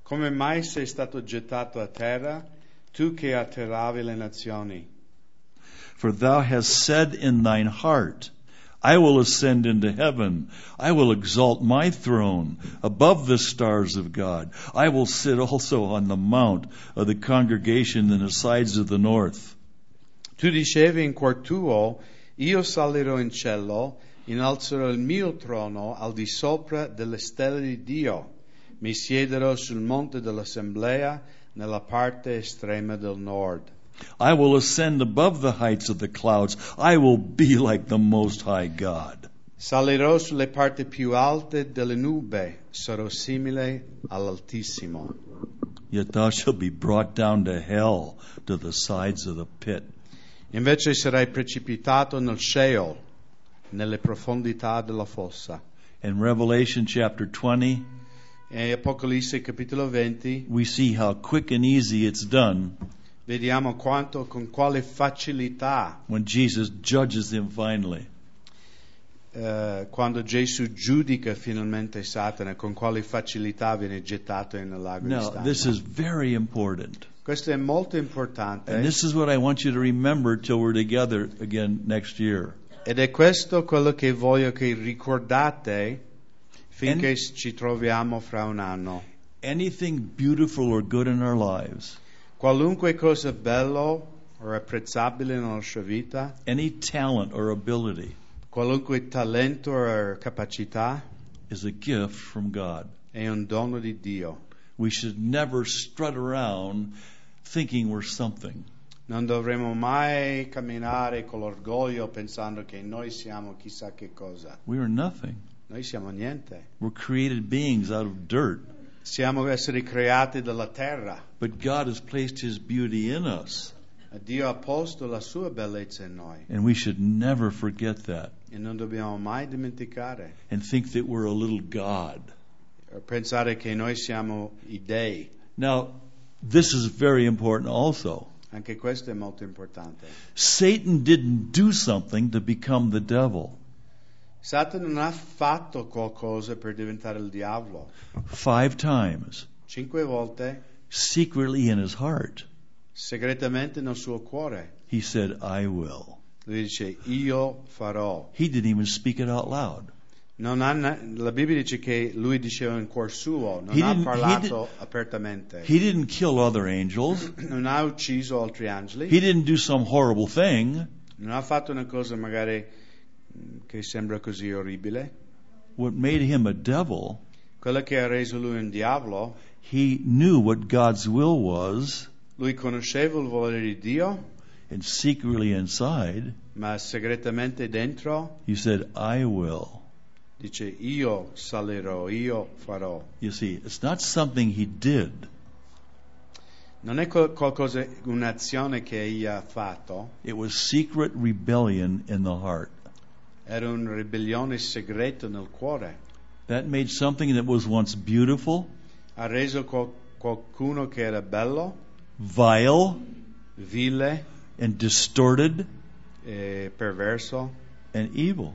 [SPEAKER 2] Come mai sei stato gettato a terra, tu che atterravi le nazioni?
[SPEAKER 1] For thou hast said in thine heart, I will ascend into heaven. I will exalt my throne above the stars of God. I will sit also on the mount of the congregation in the sides of the north.
[SPEAKER 2] Tu dicevi in cuor tuo, io salirò in cielo, innalzerò il mio trono al di sopra delle stelle di Dio, mi siederò sul monte dell'assemblea, nella parte estrema del nord.
[SPEAKER 1] I will ascend above the heights of the clouds. I will be like the Most High God.
[SPEAKER 2] Salirò sulle parti più alte delle nube, sarò simile all'Altissimo.
[SPEAKER 1] Yet thou shalt be brought down to hell, to the sides of the pit.
[SPEAKER 2] Invece sarai precipitato nel Sheol, nelle profondità della fossa.
[SPEAKER 1] In Revelation chapter 20,
[SPEAKER 2] E Apocalisse capitolo 20,
[SPEAKER 1] we see how quick and easy it's done
[SPEAKER 2] vediamo quanto, con quale facilità,
[SPEAKER 1] when Jesus judges him finally.
[SPEAKER 2] eh, quando Gesù giudica finalmente Satana, con quale facilità viene gettato nel lago di
[SPEAKER 1] Now,
[SPEAKER 2] Stagno.
[SPEAKER 1] this is very important.
[SPEAKER 2] Questo è molto importante
[SPEAKER 1] And this is what I want you to remember till we're together again next year.
[SPEAKER 2] ed è questo quello che voglio che ricordate finché ci troviamo fra un anno.
[SPEAKER 1] Anything beautiful or good in our lives,
[SPEAKER 2] Qualunque cosa bello o apprezzabile nella nostra vita,
[SPEAKER 1] any talent or ability,
[SPEAKER 2] Qualunque talento o capacità
[SPEAKER 1] is a gift from God.
[SPEAKER 2] è un dono di Dio.
[SPEAKER 1] We should never strut around thinking we're something.
[SPEAKER 2] Non dovremo mai camminare con l'orgoglio pensando che noi siamo chissà che cosa.
[SPEAKER 1] We are nothing.
[SPEAKER 2] Noi siamo niente.
[SPEAKER 1] We're created beings out of dirt,
[SPEAKER 2] Siamo esseri creati dalla terra.
[SPEAKER 1] but God has placed His beauty in us,
[SPEAKER 2] Dio ha posto la sua bellezza in noi
[SPEAKER 1] and we should never forget that
[SPEAKER 2] e non dobbiamo mai dimenticare
[SPEAKER 1] and think that we're a little God.
[SPEAKER 2] o pensare che noi siamo i dei.
[SPEAKER 1] Now, this is very important also.
[SPEAKER 2] Anche questo è molto importante.
[SPEAKER 1] Satan didn't do something to become the devil.
[SPEAKER 2] Satana non ha fatto qualcosa per diventare il diavolo.
[SPEAKER 1] Five times,
[SPEAKER 2] Cinque volte,
[SPEAKER 1] secretly in his heart,
[SPEAKER 2] segretamente nel suo cuore,
[SPEAKER 1] he said, I will.
[SPEAKER 2] lui dice io farò.
[SPEAKER 1] He didn't even speak it out loud.
[SPEAKER 2] Non ha na- la Bibbia dice che lui diceva in cuor suo, non
[SPEAKER 1] He
[SPEAKER 2] ha
[SPEAKER 1] didn't- he
[SPEAKER 2] parlato apertamente.
[SPEAKER 1] He didn't kill other angels.
[SPEAKER 2] non ha ucciso altri angeli,
[SPEAKER 1] He didn't do some horrible thing.
[SPEAKER 2] non ha fatto una cosa magari mm, che sembra così orribile.
[SPEAKER 1] What made him a devil,
[SPEAKER 2] Quello che ha reso lui un diavolo,
[SPEAKER 1] he knew what God's will was,
[SPEAKER 2] lui conosceva il volere di Dio,
[SPEAKER 1] and secretly inside,
[SPEAKER 2] ma segretamente dentro
[SPEAKER 1] he said, I will.
[SPEAKER 2] dice io salirò, io farò.
[SPEAKER 1] You see, it's not something he did.
[SPEAKER 2] Non è qual- qualcosa, un'azione che egli ha fatto,
[SPEAKER 1] It was secret rebellion in the heart.
[SPEAKER 2] era una ribellione segreta nel cuore.
[SPEAKER 1] That made something that was once beautiful,
[SPEAKER 2] Ha reso qual- qualcuno che era bello,
[SPEAKER 1] vile,
[SPEAKER 2] vile,
[SPEAKER 1] and distorted,
[SPEAKER 2] e perverso,
[SPEAKER 1] and evil.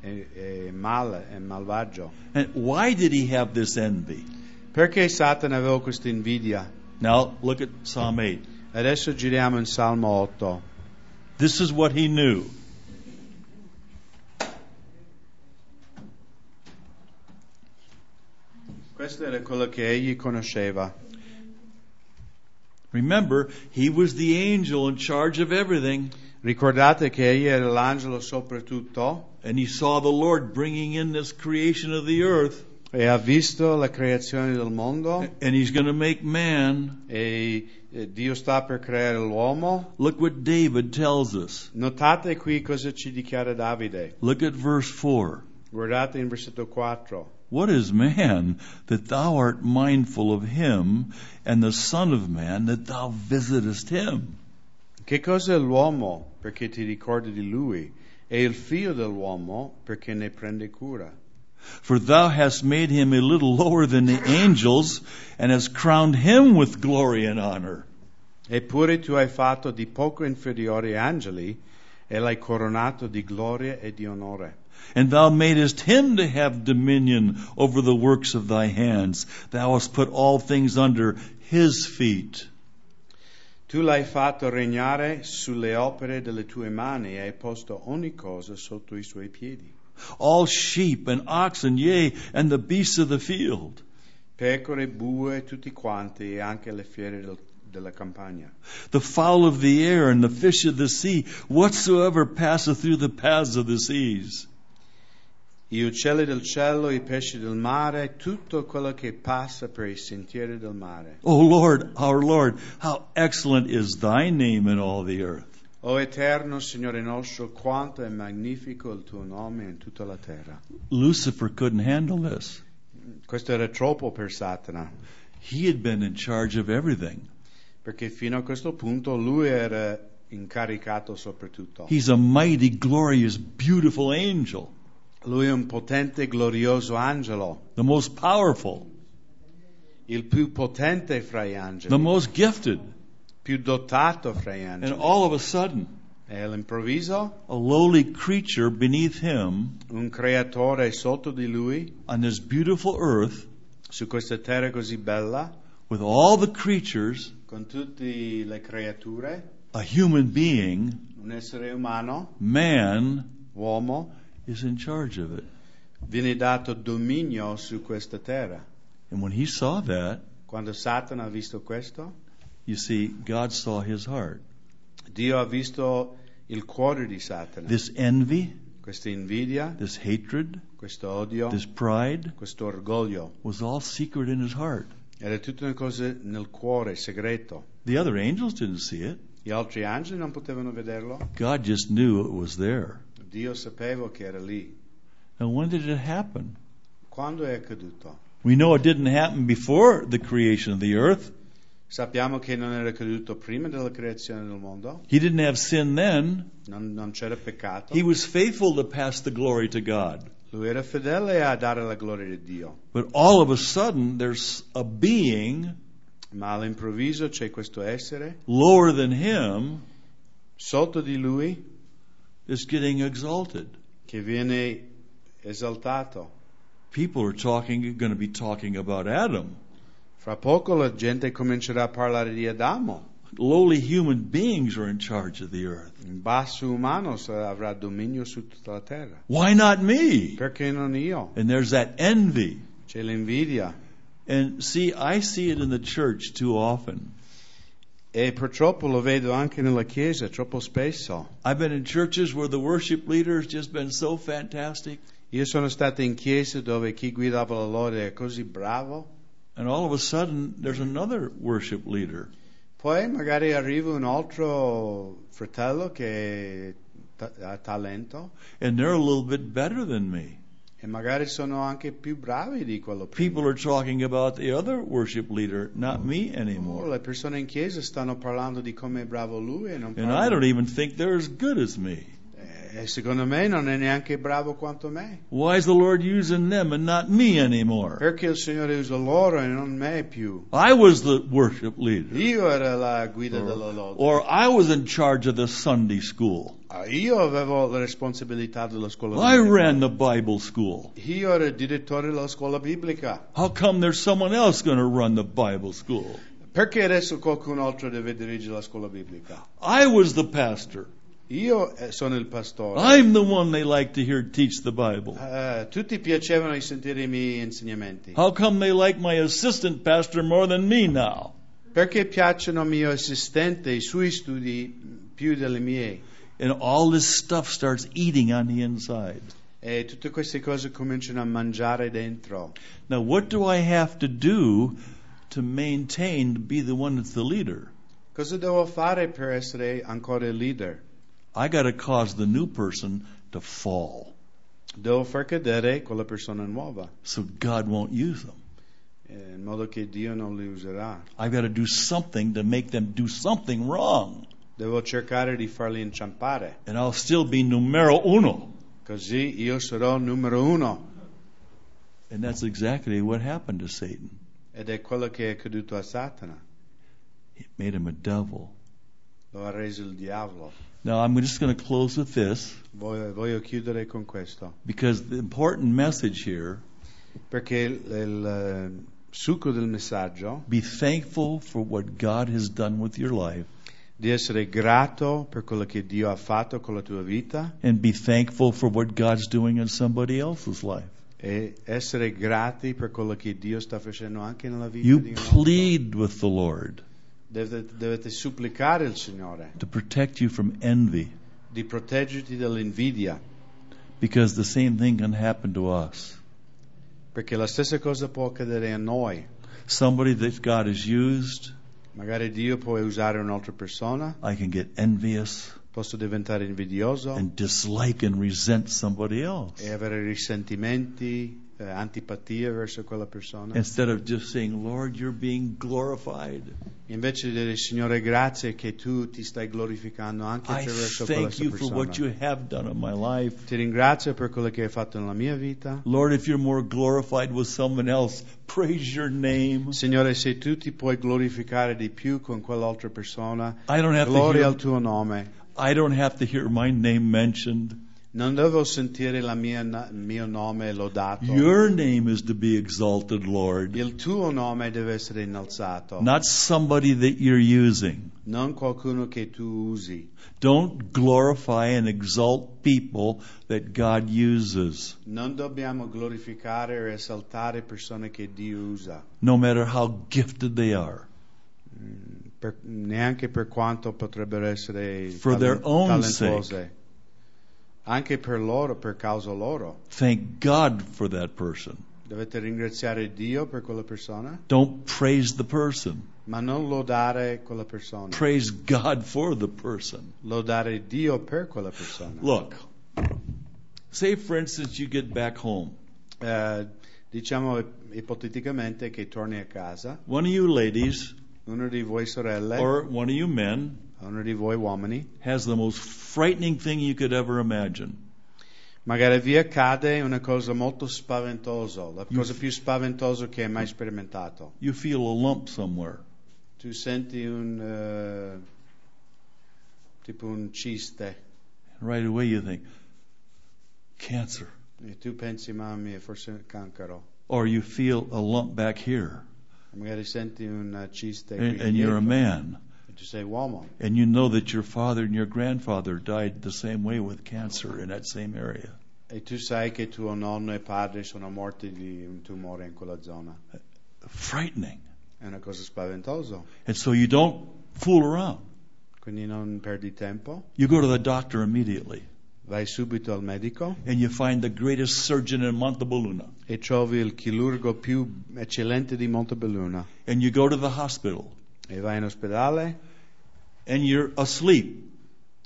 [SPEAKER 2] e, e male, e malvagio.
[SPEAKER 1] And why did he have this envy?
[SPEAKER 2] Perché Satana aveva questa invidia?
[SPEAKER 1] Now, look at Psalm 8.
[SPEAKER 2] Adesso giriamo in Salmo 8.
[SPEAKER 1] This is what he knew.
[SPEAKER 2] Questo era quello che egli conosceva.
[SPEAKER 1] Remember, he was the angel in charge of everything,
[SPEAKER 2] Ricordate che egli era l'angelo sopra tutto
[SPEAKER 1] and he saw the Lord bringing in this creation of the earth,
[SPEAKER 2] e ha visto la creazione del mondo
[SPEAKER 1] and he's going to make man.
[SPEAKER 2] e eh, Dio sta per creare l'uomo.
[SPEAKER 1] Look what David tells us.
[SPEAKER 2] Notate qui cosa ci dichiara Davide.
[SPEAKER 1] Look at verse 4.
[SPEAKER 2] Guardate in versetto 4.
[SPEAKER 1] What is man that thou art mindful of him, and the Son of Man that thou visitest him?
[SPEAKER 2] Che cosa è l'uomo perché ti ricordi di lui e il figlio dell'uomo perché ne prende cura?
[SPEAKER 1] For thou hast made him a little lower than the angels, and hast crowned him with glory and honor.
[SPEAKER 2] Eppure tu hai fatto di poco inferiori angeli e l'hai coronato di gloria e di onore.
[SPEAKER 1] And thou madest him to have dominion over the works of thy hands. Thou hast put all things under his feet.
[SPEAKER 2] Tu l'hai fatto regnare sulle opere delle tue mani e hai posto ogni cosa sotto i suoi piedi.
[SPEAKER 1] All sheep and oxen, yea, and the beasts of the field.
[SPEAKER 2] Pecore, bue, tutti quanti e anche le fiere del- della campagna.
[SPEAKER 1] the fowl of the air and the fish of the sea, whatsoever passeth through the paths of the seas.
[SPEAKER 2] Gli uccelli del cielo, i pesci del mare, tutto quello che passa per i sentieri del mare.
[SPEAKER 1] O Lord, our Lord, how excellent is thy name in all the earth.
[SPEAKER 2] O eterno Signore nostro, quanto è magnifico il tuo nome in tutta la terra.
[SPEAKER 1] Lucifer couldn't handle this.
[SPEAKER 2] Questo era troppo per Satana.
[SPEAKER 1] He had been in charge of everything.
[SPEAKER 2] Perché fino a questo punto lui era incaricato soprattutto.
[SPEAKER 1] He's a mighty, glorious, beautiful angel,
[SPEAKER 2] Lui è un potente, glorioso angelo,
[SPEAKER 1] the most powerful,
[SPEAKER 2] il più potente fra gli
[SPEAKER 1] the
[SPEAKER 2] angeli,
[SPEAKER 1] most gifted.
[SPEAKER 2] più dotato fra gli
[SPEAKER 1] And
[SPEAKER 2] angeli.
[SPEAKER 1] all of a sudden,
[SPEAKER 2] E all'improvviso
[SPEAKER 1] a lowly creature beneath him
[SPEAKER 2] un creatore sotto di lui,
[SPEAKER 1] on this beautiful earth,
[SPEAKER 2] su questa terra così bella,
[SPEAKER 1] with all the creatures,
[SPEAKER 2] con tutte le creature,
[SPEAKER 1] a human being,
[SPEAKER 2] un essere umano,
[SPEAKER 1] man,
[SPEAKER 2] uomo,
[SPEAKER 1] is in charge of it.
[SPEAKER 2] viene dato dominio su questa terra.
[SPEAKER 1] And when he saw that,
[SPEAKER 2] Quando Satana ha visto questo,
[SPEAKER 1] you see, God saw his heart.
[SPEAKER 2] Dio ha visto il cuore di Satana,
[SPEAKER 1] This envy,
[SPEAKER 2] questa invidia,
[SPEAKER 1] this hatred,
[SPEAKER 2] questo odio,
[SPEAKER 1] this pride
[SPEAKER 2] questo orgoglio.
[SPEAKER 1] was all secret in his heart.
[SPEAKER 2] Era tutta una cosa nel cuore, segreto.
[SPEAKER 1] The other angels didn't see it.
[SPEAKER 2] Gli altri angeli non potevano vederlo.
[SPEAKER 1] God just knew it was there.
[SPEAKER 2] Dio sapeva che era lì.
[SPEAKER 1] Now, when did it happen?
[SPEAKER 2] Quando è accaduto?
[SPEAKER 1] We know it didn't happen before the creation of the earth.
[SPEAKER 2] Sappiamo che non era accaduto prima della creazione del mondo,
[SPEAKER 1] He didn't have sin then.
[SPEAKER 2] non, non c'era peccato.
[SPEAKER 1] He was faithful to pass the glory to God.
[SPEAKER 2] Lui era fedele a dare la gloria di Dio,
[SPEAKER 1] But all of a sudden, there's a being
[SPEAKER 2] ma all'improvviso c'è questo essere
[SPEAKER 1] lower than him
[SPEAKER 2] sotto di lui
[SPEAKER 1] that's getting exalted.
[SPEAKER 2] che viene esaltato.
[SPEAKER 1] People are talking, going to be talking about Adam.
[SPEAKER 2] Fra poco la gente comincerà a parlare di Adamo,
[SPEAKER 1] Lowly human beings are in charge of the earth.
[SPEAKER 2] un basso umano sarà- avrà dominio su tutta la terra.
[SPEAKER 1] Why not me?
[SPEAKER 2] Perché non io?
[SPEAKER 1] And there's that envy.
[SPEAKER 2] C'è l'invidia.
[SPEAKER 1] And see, I see it in the church too often.
[SPEAKER 2] E purtroppo lo vedo anche nella Chiesa troppo spesso.
[SPEAKER 1] I've been in churches where the worship leader has just been so fantastic,
[SPEAKER 2] Io sono stato in chiese dove chi guidava la lode è così bravo,
[SPEAKER 1] and all of a sudden there's another worship leader.
[SPEAKER 2] poi magari arriva un altro fratello che ta- ha talento
[SPEAKER 1] and they're a little bit better than me.
[SPEAKER 2] e magari sono anche più bravi di quello prima.
[SPEAKER 1] People are talking about the other worship leader, not me
[SPEAKER 2] Oh,
[SPEAKER 1] anymore.
[SPEAKER 2] le persone in chiesa stanno parlando di come è bravo lui e non
[SPEAKER 1] And
[SPEAKER 2] parlano-
[SPEAKER 1] I don't even think they're as good as me.
[SPEAKER 2] Eh, E secondo me non è neanche bravo quanto me.
[SPEAKER 1] Why is the Lord using them and not me anymore?
[SPEAKER 2] Perché il Signore usa loro e non me più.
[SPEAKER 1] I was the worship leader,
[SPEAKER 2] Io ero la guida della lode.
[SPEAKER 1] or I was in charge of the Sunday school.
[SPEAKER 2] Ah, Io avevo la responsabilità della scuola
[SPEAKER 1] I
[SPEAKER 2] biblica.
[SPEAKER 1] ran the Bible school.
[SPEAKER 2] Io ero il direttore della scuola biblica.
[SPEAKER 1] How come there's someone else going to run the Bible school?
[SPEAKER 2] Perché adesso qualcun altro deve dirigere la scuola biblica?
[SPEAKER 1] I was the pastor.
[SPEAKER 2] Io eh, sono il pastore.
[SPEAKER 1] I'm the one they like to hear teach the Bible.
[SPEAKER 2] Eh, tutti piacevano di sentire i miei insegnamenti.
[SPEAKER 1] How come they like my assistant pastor more than me now?
[SPEAKER 2] Perché piacciono al mio assistente i suoi studi più delle mie?
[SPEAKER 1] and all this stuff starts eating on the inside.
[SPEAKER 2] E tutte queste cose cominciano a mangiare dentro.
[SPEAKER 1] Now, what do I have to do to maintain to be the one that's the leader?
[SPEAKER 2] Cosa devo fare per essere ancora il leader?
[SPEAKER 1] I got to cause the new person to fall
[SPEAKER 2] Devo far cadere quella persona nuova,
[SPEAKER 1] so God won't use them.
[SPEAKER 2] eh, in modo che Dio non li userà.
[SPEAKER 1] I've got to do something to make them do something wrong,
[SPEAKER 2] Devo cercare di farli inciampare.
[SPEAKER 1] and I'll still be numero uno.
[SPEAKER 2] Così io sarò numero uno.
[SPEAKER 1] And that's exactly what happened to Satan.
[SPEAKER 2] Ed è quello che è accaduto a Satana.
[SPEAKER 1] It made him a devil.
[SPEAKER 2] Lo ha reso il diavolo.
[SPEAKER 1] Now, I'm just going to close with this
[SPEAKER 2] Voglio, voglio chiudere con questo.
[SPEAKER 1] because the important message here
[SPEAKER 2] Perché il, il, eh, succo del messaggio
[SPEAKER 1] be thankful for what God has done with your life.
[SPEAKER 2] di essere grato per quello che Dio ha fatto con la tua vita
[SPEAKER 1] and be thankful for what God's doing in somebody else's life.
[SPEAKER 2] e essere grati per quello che Dio sta facendo anche nella vita
[SPEAKER 1] You
[SPEAKER 2] di un altro.
[SPEAKER 1] plead with the Lord
[SPEAKER 2] Deve- dovete supplicare il Signore
[SPEAKER 1] to protect you from envy
[SPEAKER 2] di proteggerti dall'invidia,
[SPEAKER 1] because the same thing can happen to us.
[SPEAKER 2] perché la stessa cosa può accadere a noi.
[SPEAKER 1] Somebody that God has used,
[SPEAKER 2] Magari Dio può usare un'altra persona,
[SPEAKER 1] I can get envious
[SPEAKER 2] posso diventare invidioso
[SPEAKER 1] and dislike and resent somebody else.
[SPEAKER 2] e avere risentimenti, eh, antipatia verso quella persona.
[SPEAKER 1] Instead of just saying, Lord, you're being glorified.
[SPEAKER 2] Invece di dire Signore grazie che tu ti stai glorificando anche
[SPEAKER 1] I
[SPEAKER 2] attraverso quella
[SPEAKER 1] thank you for
[SPEAKER 2] persona.
[SPEAKER 1] what you have done in my life.
[SPEAKER 2] Ti ringrazio per quello che hai fatto nella mia vita.
[SPEAKER 1] Lord, if you're more glorified with someone else, praise your name.
[SPEAKER 2] Signore, se tu ti puoi glorificare di più con quell'altra persona,
[SPEAKER 1] I don't have to
[SPEAKER 2] gloria
[SPEAKER 1] hear,
[SPEAKER 2] al tuo nome.
[SPEAKER 1] I don't have to hear my name mentioned.
[SPEAKER 2] Non devo sentire la mia na- il mio nome lodato.
[SPEAKER 1] Your name is to be exalted, Lord,
[SPEAKER 2] Il tuo nome deve essere innalzato,
[SPEAKER 1] not somebody that you're using.
[SPEAKER 2] non qualcuno che tu usi.
[SPEAKER 1] Don't glorify and exalt people that God uses,
[SPEAKER 2] Non dobbiamo glorificare o esaltare persone che Dio usa,
[SPEAKER 1] no matter how gifted they are,
[SPEAKER 2] per- neanche per quanto potrebbero essere
[SPEAKER 1] For their own
[SPEAKER 2] talentuose. Anche per loro, per causa loro.
[SPEAKER 1] Thank God for that person.
[SPEAKER 2] Dovete ringraziare Dio per quella persona,
[SPEAKER 1] Don't praise the person.
[SPEAKER 2] ma non lodare quella persona.
[SPEAKER 1] Praise God for the person.
[SPEAKER 2] Lodare Dio per quella persona.
[SPEAKER 1] Look, say for instance you get back home.
[SPEAKER 2] Eh, diciamo ip- ipoteticamente che torni a casa,
[SPEAKER 1] One of you ladies
[SPEAKER 2] uno di voi sorelle,
[SPEAKER 1] or one of you men
[SPEAKER 2] uno di voi uomini,
[SPEAKER 1] has the most frightening thing you could ever imagine.
[SPEAKER 2] magari vi accade una cosa molto spaventosa, la cosa più spaventosa che hai mai sperimentato.
[SPEAKER 1] You feel a lump somewhere.
[SPEAKER 2] Tu senti un... eh, tipo un ciste
[SPEAKER 1] Right away you think, cancer.
[SPEAKER 2] e tu pensi, mamma mia, forse è un cancro.
[SPEAKER 1] Or you feel a lump back here
[SPEAKER 2] Magari senti un ciste qui
[SPEAKER 1] and, and you're a
[SPEAKER 2] dietro
[SPEAKER 1] man
[SPEAKER 2] e tu sei uomo.
[SPEAKER 1] and you know that your father and your grandfather died the same way with cancer in that same area.
[SPEAKER 2] E tu sai che tuo nonno e padre sono morti di un tumore in quella zona.
[SPEAKER 1] Frightening.
[SPEAKER 2] È una cosa spaventosa.
[SPEAKER 1] And so you don't fool around.
[SPEAKER 2] Quindi non perdi tempo.
[SPEAKER 1] You go to the doctor immediately
[SPEAKER 2] Vai subito al medico
[SPEAKER 1] and you find the greatest surgeon in Montebelluna.
[SPEAKER 2] e trovi il chirurgo più eccellente di Montebelluna.
[SPEAKER 1] And you go to the hospital
[SPEAKER 2] E vai in ospedale
[SPEAKER 1] and you're asleep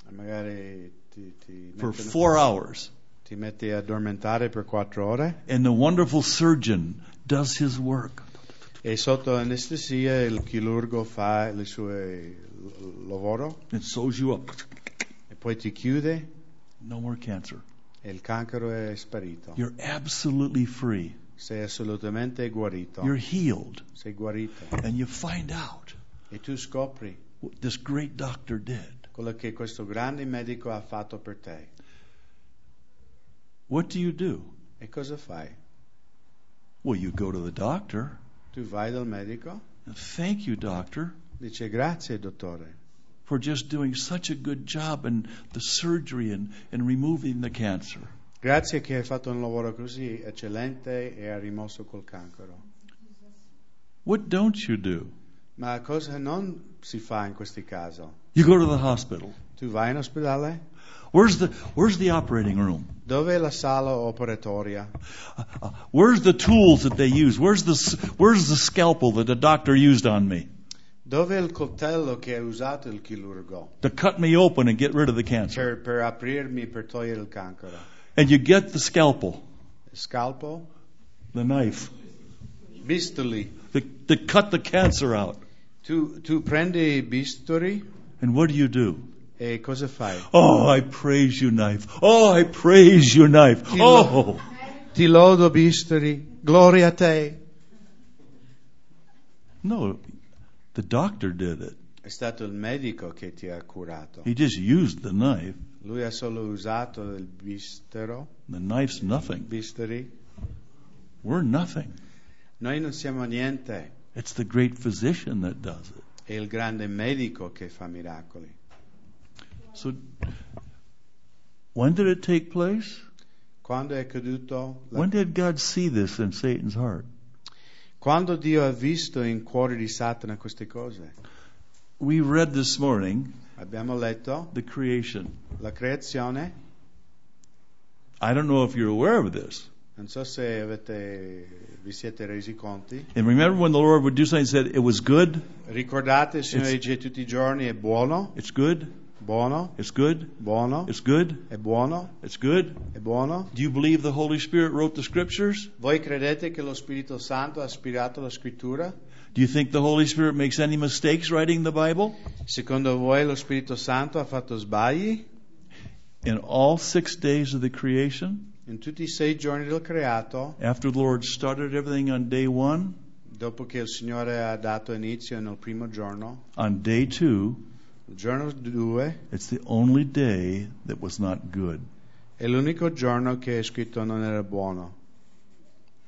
[SPEAKER 2] e magari ti, ti
[SPEAKER 1] for
[SPEAKER 2] mettono-
[SPEAKER 1] four hours.
[SPEAKER 2] ti metti a addormentare per quattro ore.
[SPEAKER 1] And the wonderful surgeon does his work.
[SPEAKER 2] E sotto anestesia il chirurgo fa il suo l- lavoro
[SPEAKER 1] It sews you up.
[SPEAKER 2] e poi ti chiude
[SPEAKER 1] No more cancer.
[SPEAKER 2] e il cancro è sparito.
[SPEAKER 1] You're absolutely free.
[SPEAKER 2] Sei assolutamente guarito.
[SPEAKER 1] You're healed.
[SPEAKER 2] Sei guarito.
[SPEAKER 1] And you find out
[SPEAKER 2] E tu scopri
[SPEAKER 1] what this great doctor did.
[SPEAKER 2] quello che questo grande medico ha fatto per te.
[SPEAKER 1] What do you do?
[SPEAKER 2] E cosa fai?
[SPEAKER 1] Well, you go to the doctor.
[SPEAKER 2] Tu vai dal medico,
[SPEAKER 1] Thank you, doctor,
[SPEAKER 2] dice grazie dottore
[SPEAKER 1] for just doing such a good job in the surgery and, and removing the cancer.
[SPEAKER 2] Grazie che hai fatto un lavoro così eccellente e hai rimosso quel cancro.
[SPEAKER 1] What don't you do?
[SPEAKER 2] Ma cosa non si fa in questi casi?
[SPEAKER 1] You go to the hospital.
[SPEAKER 2] Tu vai in ospedale?
[SPEAKER 1] Where's the Where's the operating room?
[SPEAKER 2] Dove è la sala operatoria?
[SPEAKER 1] Uh, where's the tools that they use? Where's the s- Where's the scalpel that the doctor used on me
[SPEAKER 2] Dove è il coltello che ha usato il chirurgo
[SPEAKER 1] to cut me open and get rid of the cancer?
[SPEAKER 2] per, per aprirmi, per togliere il cancro?
[SPEAKER 1] And you get the scalpel,
[SPEAKER 2] Scalpo?
[SPEAKER 1] the knife,
[SPEAKER 2] Bisturi.
[SPEAKER 1] to, to cut the cancer out.
[SPEAKER 2] Tu, tu prendi i bisturi
[SPEAKER 1] And what do you do?
[SPEAKER 2] e cosa fai?
[SPEAKER 1] Oh, I praise you, knife. Oh, I praise you, knife. Oh,
[SPEAKER 2] Ti lodo bisturi, gloria a te.
[SPEAKER 1] no, the doctor did it.
[SPEAKER 2] È stato il medico che ti ha curato.
[SPEAKER 1] He just used the knife.
[SPEAKER 2] Lui ha solo usato il bistero,
[SPEAKER 1] The knife's nothing.
[SPEAKER 2] bisturi.
[SPEAKER 1] We're nothing.
[SPEAKER 2] Noi non siamo niente,
[SPEAKER 1] It's the great physician that does it.
[SPEAKER 2] è il grande medico che fa miracoli.
[SPEAKER 1] So, when did it take place?
[SPEAKER 2] Quando è accaduto? la-
[SPEAKER 1] When did God see this in Satan's heart?
[SPEAKER 2] Quando Dio ha visto in cuore di Satana queste cose?
[SPEAKER 1] We read this morning
[SPEAKER 2] Abbiamo letto
[SPEAKER 1] the creation.
[SPEAKER 2] la creazione,
[SPEAKER 1] I don't know if you're aware of this.
[SPEAKER 2] non so se avete, vi siete resi conti.
[SPEAKER 1] And remember when the Lord would do something, he said, It was good,
[SPEAKER 2] Ricordate, il Signore dice tutti i giorni è buono,
[SPEAKER 1] it's good,
[SPEAKER 2] buono,
[SPEAKER 1] it's good,
[SPEAKER 2] buono,
[SPEAKER 1] it's good,
[SPEAKER 2] è buono,
[SPEAKER 1] it's good.
[SPEAKER 2] è buono.
[SPEAKER 1] Do you believe the Holy Spirit wrote the scriptures?
[SPEAKER 2] Voi credete che lo Spirito Santo ha ispirato la scrittura?
[SPEAKER 1] Do you think the Holy Spirit makes any mistakes writing the Bible?
[SPEAKER 2] Secondo voi lo Spirito Santo ha fatto sbagli?
[SPEAKER 1] In all six days of the creation,
[SPEAKER 2] In tutti i sei giorni del creato,
[SPEAKER 1] after the Lord started everything on day one,
[SPEAKER 2] dopo che il Signore ha dato inizio nel primo giorno,
[SPEAKER 1] on day two,
[SPEAKER 2] il giorno 2
[SPEAKER 1] It's the only day that was not good.
[SPEAKER 2] è l'unico giorno che è scritto non era buono.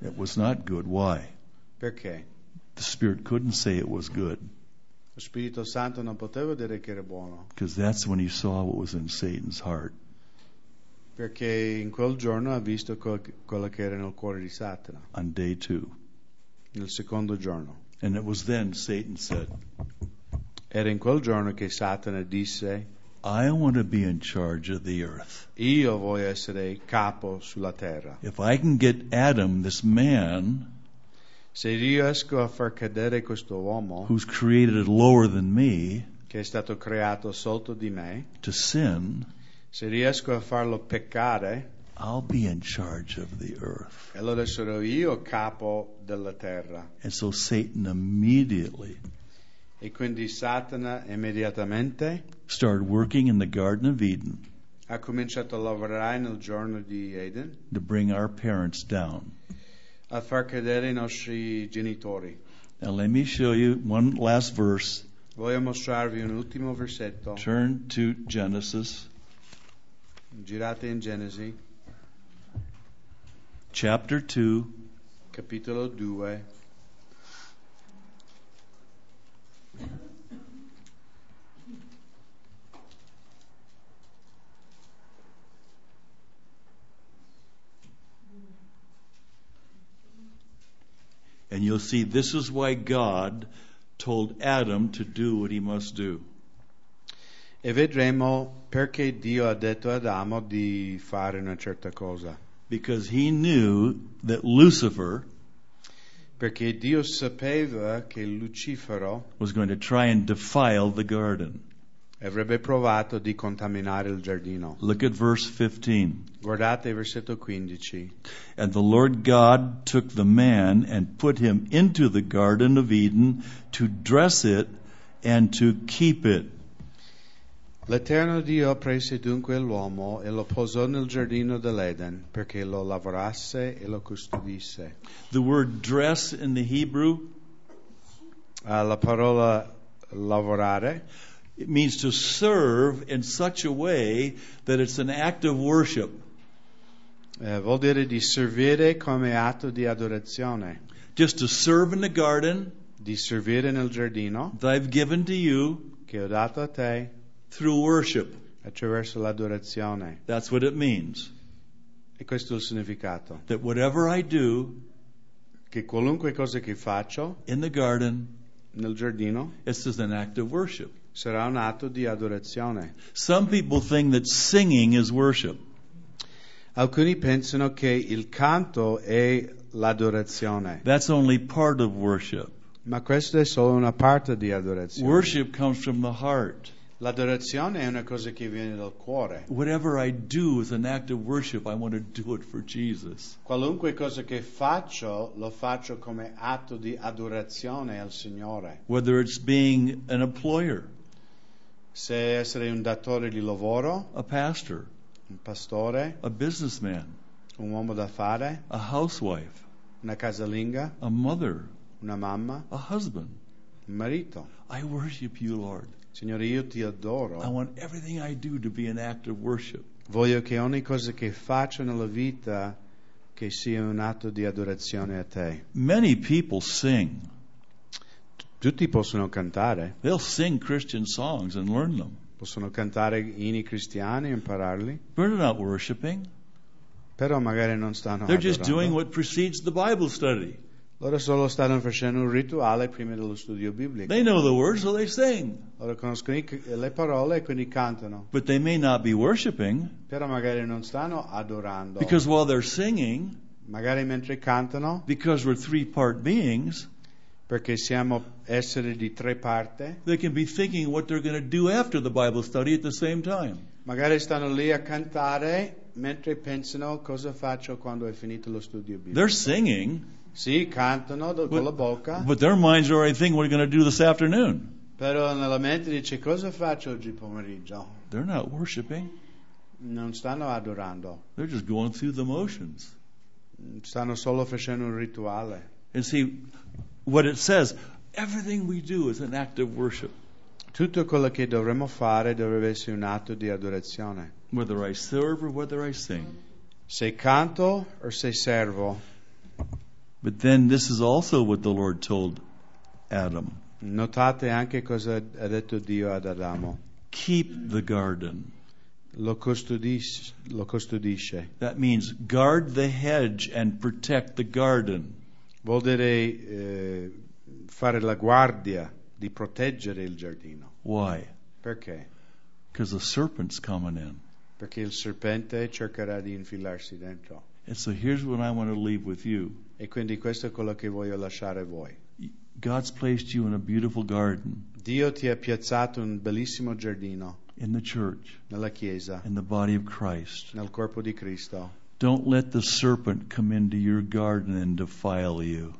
[SPEAKER 1] It was not good. Why?
[SPEAKER 2] Perché?
[SPEAKER 1] The Spirit couldn't say it was good
[SPEAKER 2] Lo Spirito Santo non poteva dire che era buono,
[SPEAKER 1] because that's when he saw what was in Satan's heart.
[SPEAKER 2] perché in quel giorno ha visto quel- quello che era nel cuore di Satana,
[SPEAKER 1] On day two.
[SPEAKER 2] nel secondo giorno.
[SPEAKER 1] And it was then Satan said,
[SPEAKER 2] Era in quel giorno che Satana disse,
[SPEAKER 1] I want to be in charge of the earth.
[SPEAKER 2] Io voglio essere il capo sulla terra.
[SPEAKER 1] If I can get Adam, this man
[SPEAKER 2] Se riesco a far cadere questo uomo
[SPEAKER 1] who's created lower than me,
[SPEAKER 2] che è stato creato sotto di me,
[SPEAKER 1] to sin,
[SPEAKER 2] se riesco a farlo peccare,
[SPEAKER 1] I'll be in charge of the earth.
[SPEAKER 2] allora sarò io capo della terra.
[SPEAKER 1] And so Satan immediately
[SPEAKER 2] E quindi Satana immediatamente
[SPEAKER 1] started working in the Garden of Eden
[SPEAKER 2] ha cominciato a lavorare nel giorno di Eden,
[SPEAKER 1] to bring our parents down.
[SPEAKER 2] a far cadere i nostri genitori.
[SPEAKER 1] Now, let me show you one last verse.
[SPEAKER 2] Voglio mostrarvi un ultimo versetto.
[SPEAKER 1] Turn to Genesis
[SPEAKER 2] Girate in Genesi,
[SPEAKER 1] chapter 2,
[SPEAKER 2] capitolo 2,
[SPEAKER 1] and you'll see this is why God told Adam to do what he must do.
[SPEAKER 2] e vedremo perché Dio ha detto ad Adamo di fare una certa cosa.
[SPEAKER 1] Because he knew that Lucifer
[SPEAKER 2] Perché Dio sapeva che Lucifero
[SPEAKER 1] was going to try and defile the garden.
[SPEAKER 2] avrebbe provato di contaminare il giardino.
[SPEAKER 1] Look at verse 15.
[SPEAKER 2] Guardate il versetto 15.
[SPEAKER 1] And the Lord God took the man and put him into the Garden of Eden to dress it and to keep it.
[SPEAKER 2] L'Eterno Dio prese dunque l'uomo e lo posò nel giardino dell'Eden perché lo lavorasse e lo custodisse.
[SPEAKER 1] The word dress in the Hebrew,
[SPEAKER 2] Ah, la parola lavorare
[SPEAKER 1] it means to serve in such a way that it's an act of worship,
[SPEAKER 2] eh, vuol dire di servire come atto di adorazione,
[SPEAKER 1] just to serve in the garden
[SPEAKER 2] di servire nel giardino
[SPEAKER 1] that I've given to you
[SPEAKER 2] che ho dato a te
[SPEAKER 1] through worship.
[SPEAKER 2] attraverso l'adorazione.
[SPEAKER 1] That's what it means.
[SPEAKER 2] E questo è il significato,
[SPEAKER 1] That whatever I do
[SPEAKER 2] che qualunque cosa che faccio
[SPEAKER 1] in the garden,
[SPEAKER 2] nel giardino
[SPEAKER 1] it's just an act of worship.
[SPEAKER 2] sarà un atto di adorazione.
[SPEAKER 1] Some people think that singing is worship.
[SPEAKER 2] Alcuni pensano che il canto è l'adorazione.
[SPEAKER 1] That's only part of worship.
[SPEAKER 2] Ma questa è solo una parte di adorazione.
[SPEAKER 1] Worship comes from the heart.
[SPEAKER 2] L'adorazione è una cosa che viene dal cuore.
[SPEAKER 1] Whatever I do is an act of worship. I want to do it for Jesus.
[SPEAKER 2] Qualunque cosa che faccio, lo faccio come atto di adorazione al Signore.
[SPEAKER 1] Whether it's being an employer,
[SPEAKER 2] Se essere un datore di lavoro,
[SPEAKER 1] a pastor,
[SPEAKER 2] un pastore,
[SPEAKER 1] a businessman,
[SPEAKER 2] un uomo d'affare,
[SPEAKER 1] a housewife,
[SPEAKER 2] una casalinga,
[SPEAKER 1] a mother,
[SPEAKER 2] una mamma,
[SPEAKER 1] a husband,
[SPEAKER 2] un marito.
[SPEAKER 1] I worship you, Lord.
[SPEAKER 2] Signore, io ti
[SPEAKER 1] I
[SPEAKER 2] adoro.
[SPEAKER 1] want everything I do to be an act of worship.
[SPEAKER 2] Voglio che ogni cosa che faccio nella vita che sia un atto di adorazione a te.
[SPEAKER 1] Many people sing.
[SPEAKER 2] Tutti possono cantare,
[SPEAKER 1] They'll sing Christian songs and learn them.
[SPEAKER 2] possono cantare inni cristiani e impararli.
[SPEAKER 1] They're not worshiping.
[SPEAKER 2] Però magari non stanno
[SPEAKER 1] They're just
[SPEAKER 2] adorando.
[SPEAKER 1] doing what precedes the Bible study.
[SPEAKER 2] Loro solo stanno facendo un rituale prima dello studio biblico.
[SPEAKER 1] They know the words, so they sing.
[SPEAKER 2] Loro conoscono i- le parole e quindi cantano.
[SPEAKER 1] But they may not be worshiping
[SPEAKER 2] Però magari non stanno adorando.
[SPEAKER 1] because while they're singing,
[SPEAKER 2] magari mentre cantano,
[SPEAKER 1] because we're three part beings,
[SPEAKER 2] perché siamo esseri di tre parti,
[SPEAKER 1] they can be thinking what they're going to do after the Bible study at the same time.
[SPEAKER 2] magari stanno lì a cantare mentre pensano cosa faccio quando è finito lo studio biblico.
[SPEAKER 1] They're singing,
[SPEAKER 2] sì, cantano do- con la bocca,
[SPEAKER 1] but their minds are already thinking, what are going to do this afternoon?
[SPEAKER 2] però nella mente dice cosa faccio oggi pomeriggio.
[SPEAKER 1] They're not worshiping.
[SPEAKER 2] Non stanno adorando,
[SPEAKER 1] They're just going through the motions.
[SPEAKER 2] stanno solo facendo un rituale.
[SPEAKER 1] And see, what it says, everything we do is an act of worship.
[SPEAKER 2] Tutto quello che dovremmo fare dovrebbe essere un atto di adorazione.
[SPEAKER 1] Whether I serve or whether I sing.
[SPEAKER 2] Se canto o se servo,
[SPEAKER 1] But then this is also what the Lord told Adam
[SPEAKER 2] notate anche cosa ha detto Dio ad Adamo.
[SPEAKER 1] keep the garden.
[SPEAKER 2] Lo, custodis- lo custodisce.
[SPEAKER 1] That means guard the hedge and protect the garden.
[SPEAKER 2] Vuol dire eh, fare la guardia, di proteggere il giardino.
[SPEAKER 1] Why?
[SPEAKER 2] Perché?
[SPEAKER 1] because the serpent's coming in.
[SPEAKER 2] perché il serpente cercherà di infilarsi dentro.
[SPEAKER 1] And so here's what I want to leave with you
[SPEAKER 2] E quindi questo è quello che voglio lasciare a voi.
[SPEAKER 1] God's placed you in a beautiful garden
[SPEAKER 2] Dio ti ha piazzato un bellissimo giardino
[SPEAKER 1] in the church,
[SPEAKER 2] nella Chiesa,
[SPEAKER 1] in the body of Christ.
[SPEAKER 2] nel corpo di Cristo.
[SPEAKER 1] Don't let the serpent come into your garden and defile you.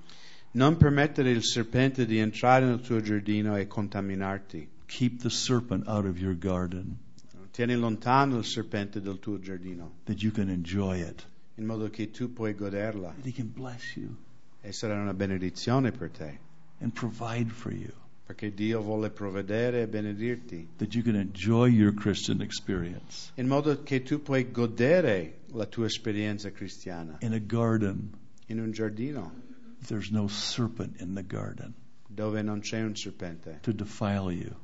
[SPEAKER 2] Non permettere il serpente di entrare nel tuo giardino e contaminarti.
[SPEAKER 1] Keep the serpent out of your garden
[SPEAKER 2] Tieni lontano il serpente dal tuo giardino,
[SPEAKER 1] that you can enjoy it,
[SPEAKER 2] in modo che tu puoi goderla
[SPEAKER 1] that he can bless you
[SPEAKER 2] e sarà una benedizione per te,
[SPEAKER 1] and provide for you,
[SPEAKER 2] perché Dio vuole provvedere e benedirti,
[SPEAKER 1] that you can enjoy your Christian experience
[SPEAKER 2] in modo che tu puoi godere la tua esperienza cristiana
[SPEAKER 1] in a garden.
[SPEAKER 2] in un giardino
[SPEAKER 1] There's no serpent in the garden
[SPEAKER 2] dove non c'è un serpente,
[SPEAKER 1] to defile you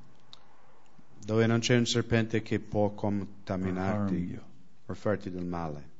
[SPEAKER 2] dove non c'è un serpente che può
[SPEAKER 1] or harm
[SPEAKER 2] contaminarti
[SPEAKER 1] you.
[SPEAKER 2] o farti del male.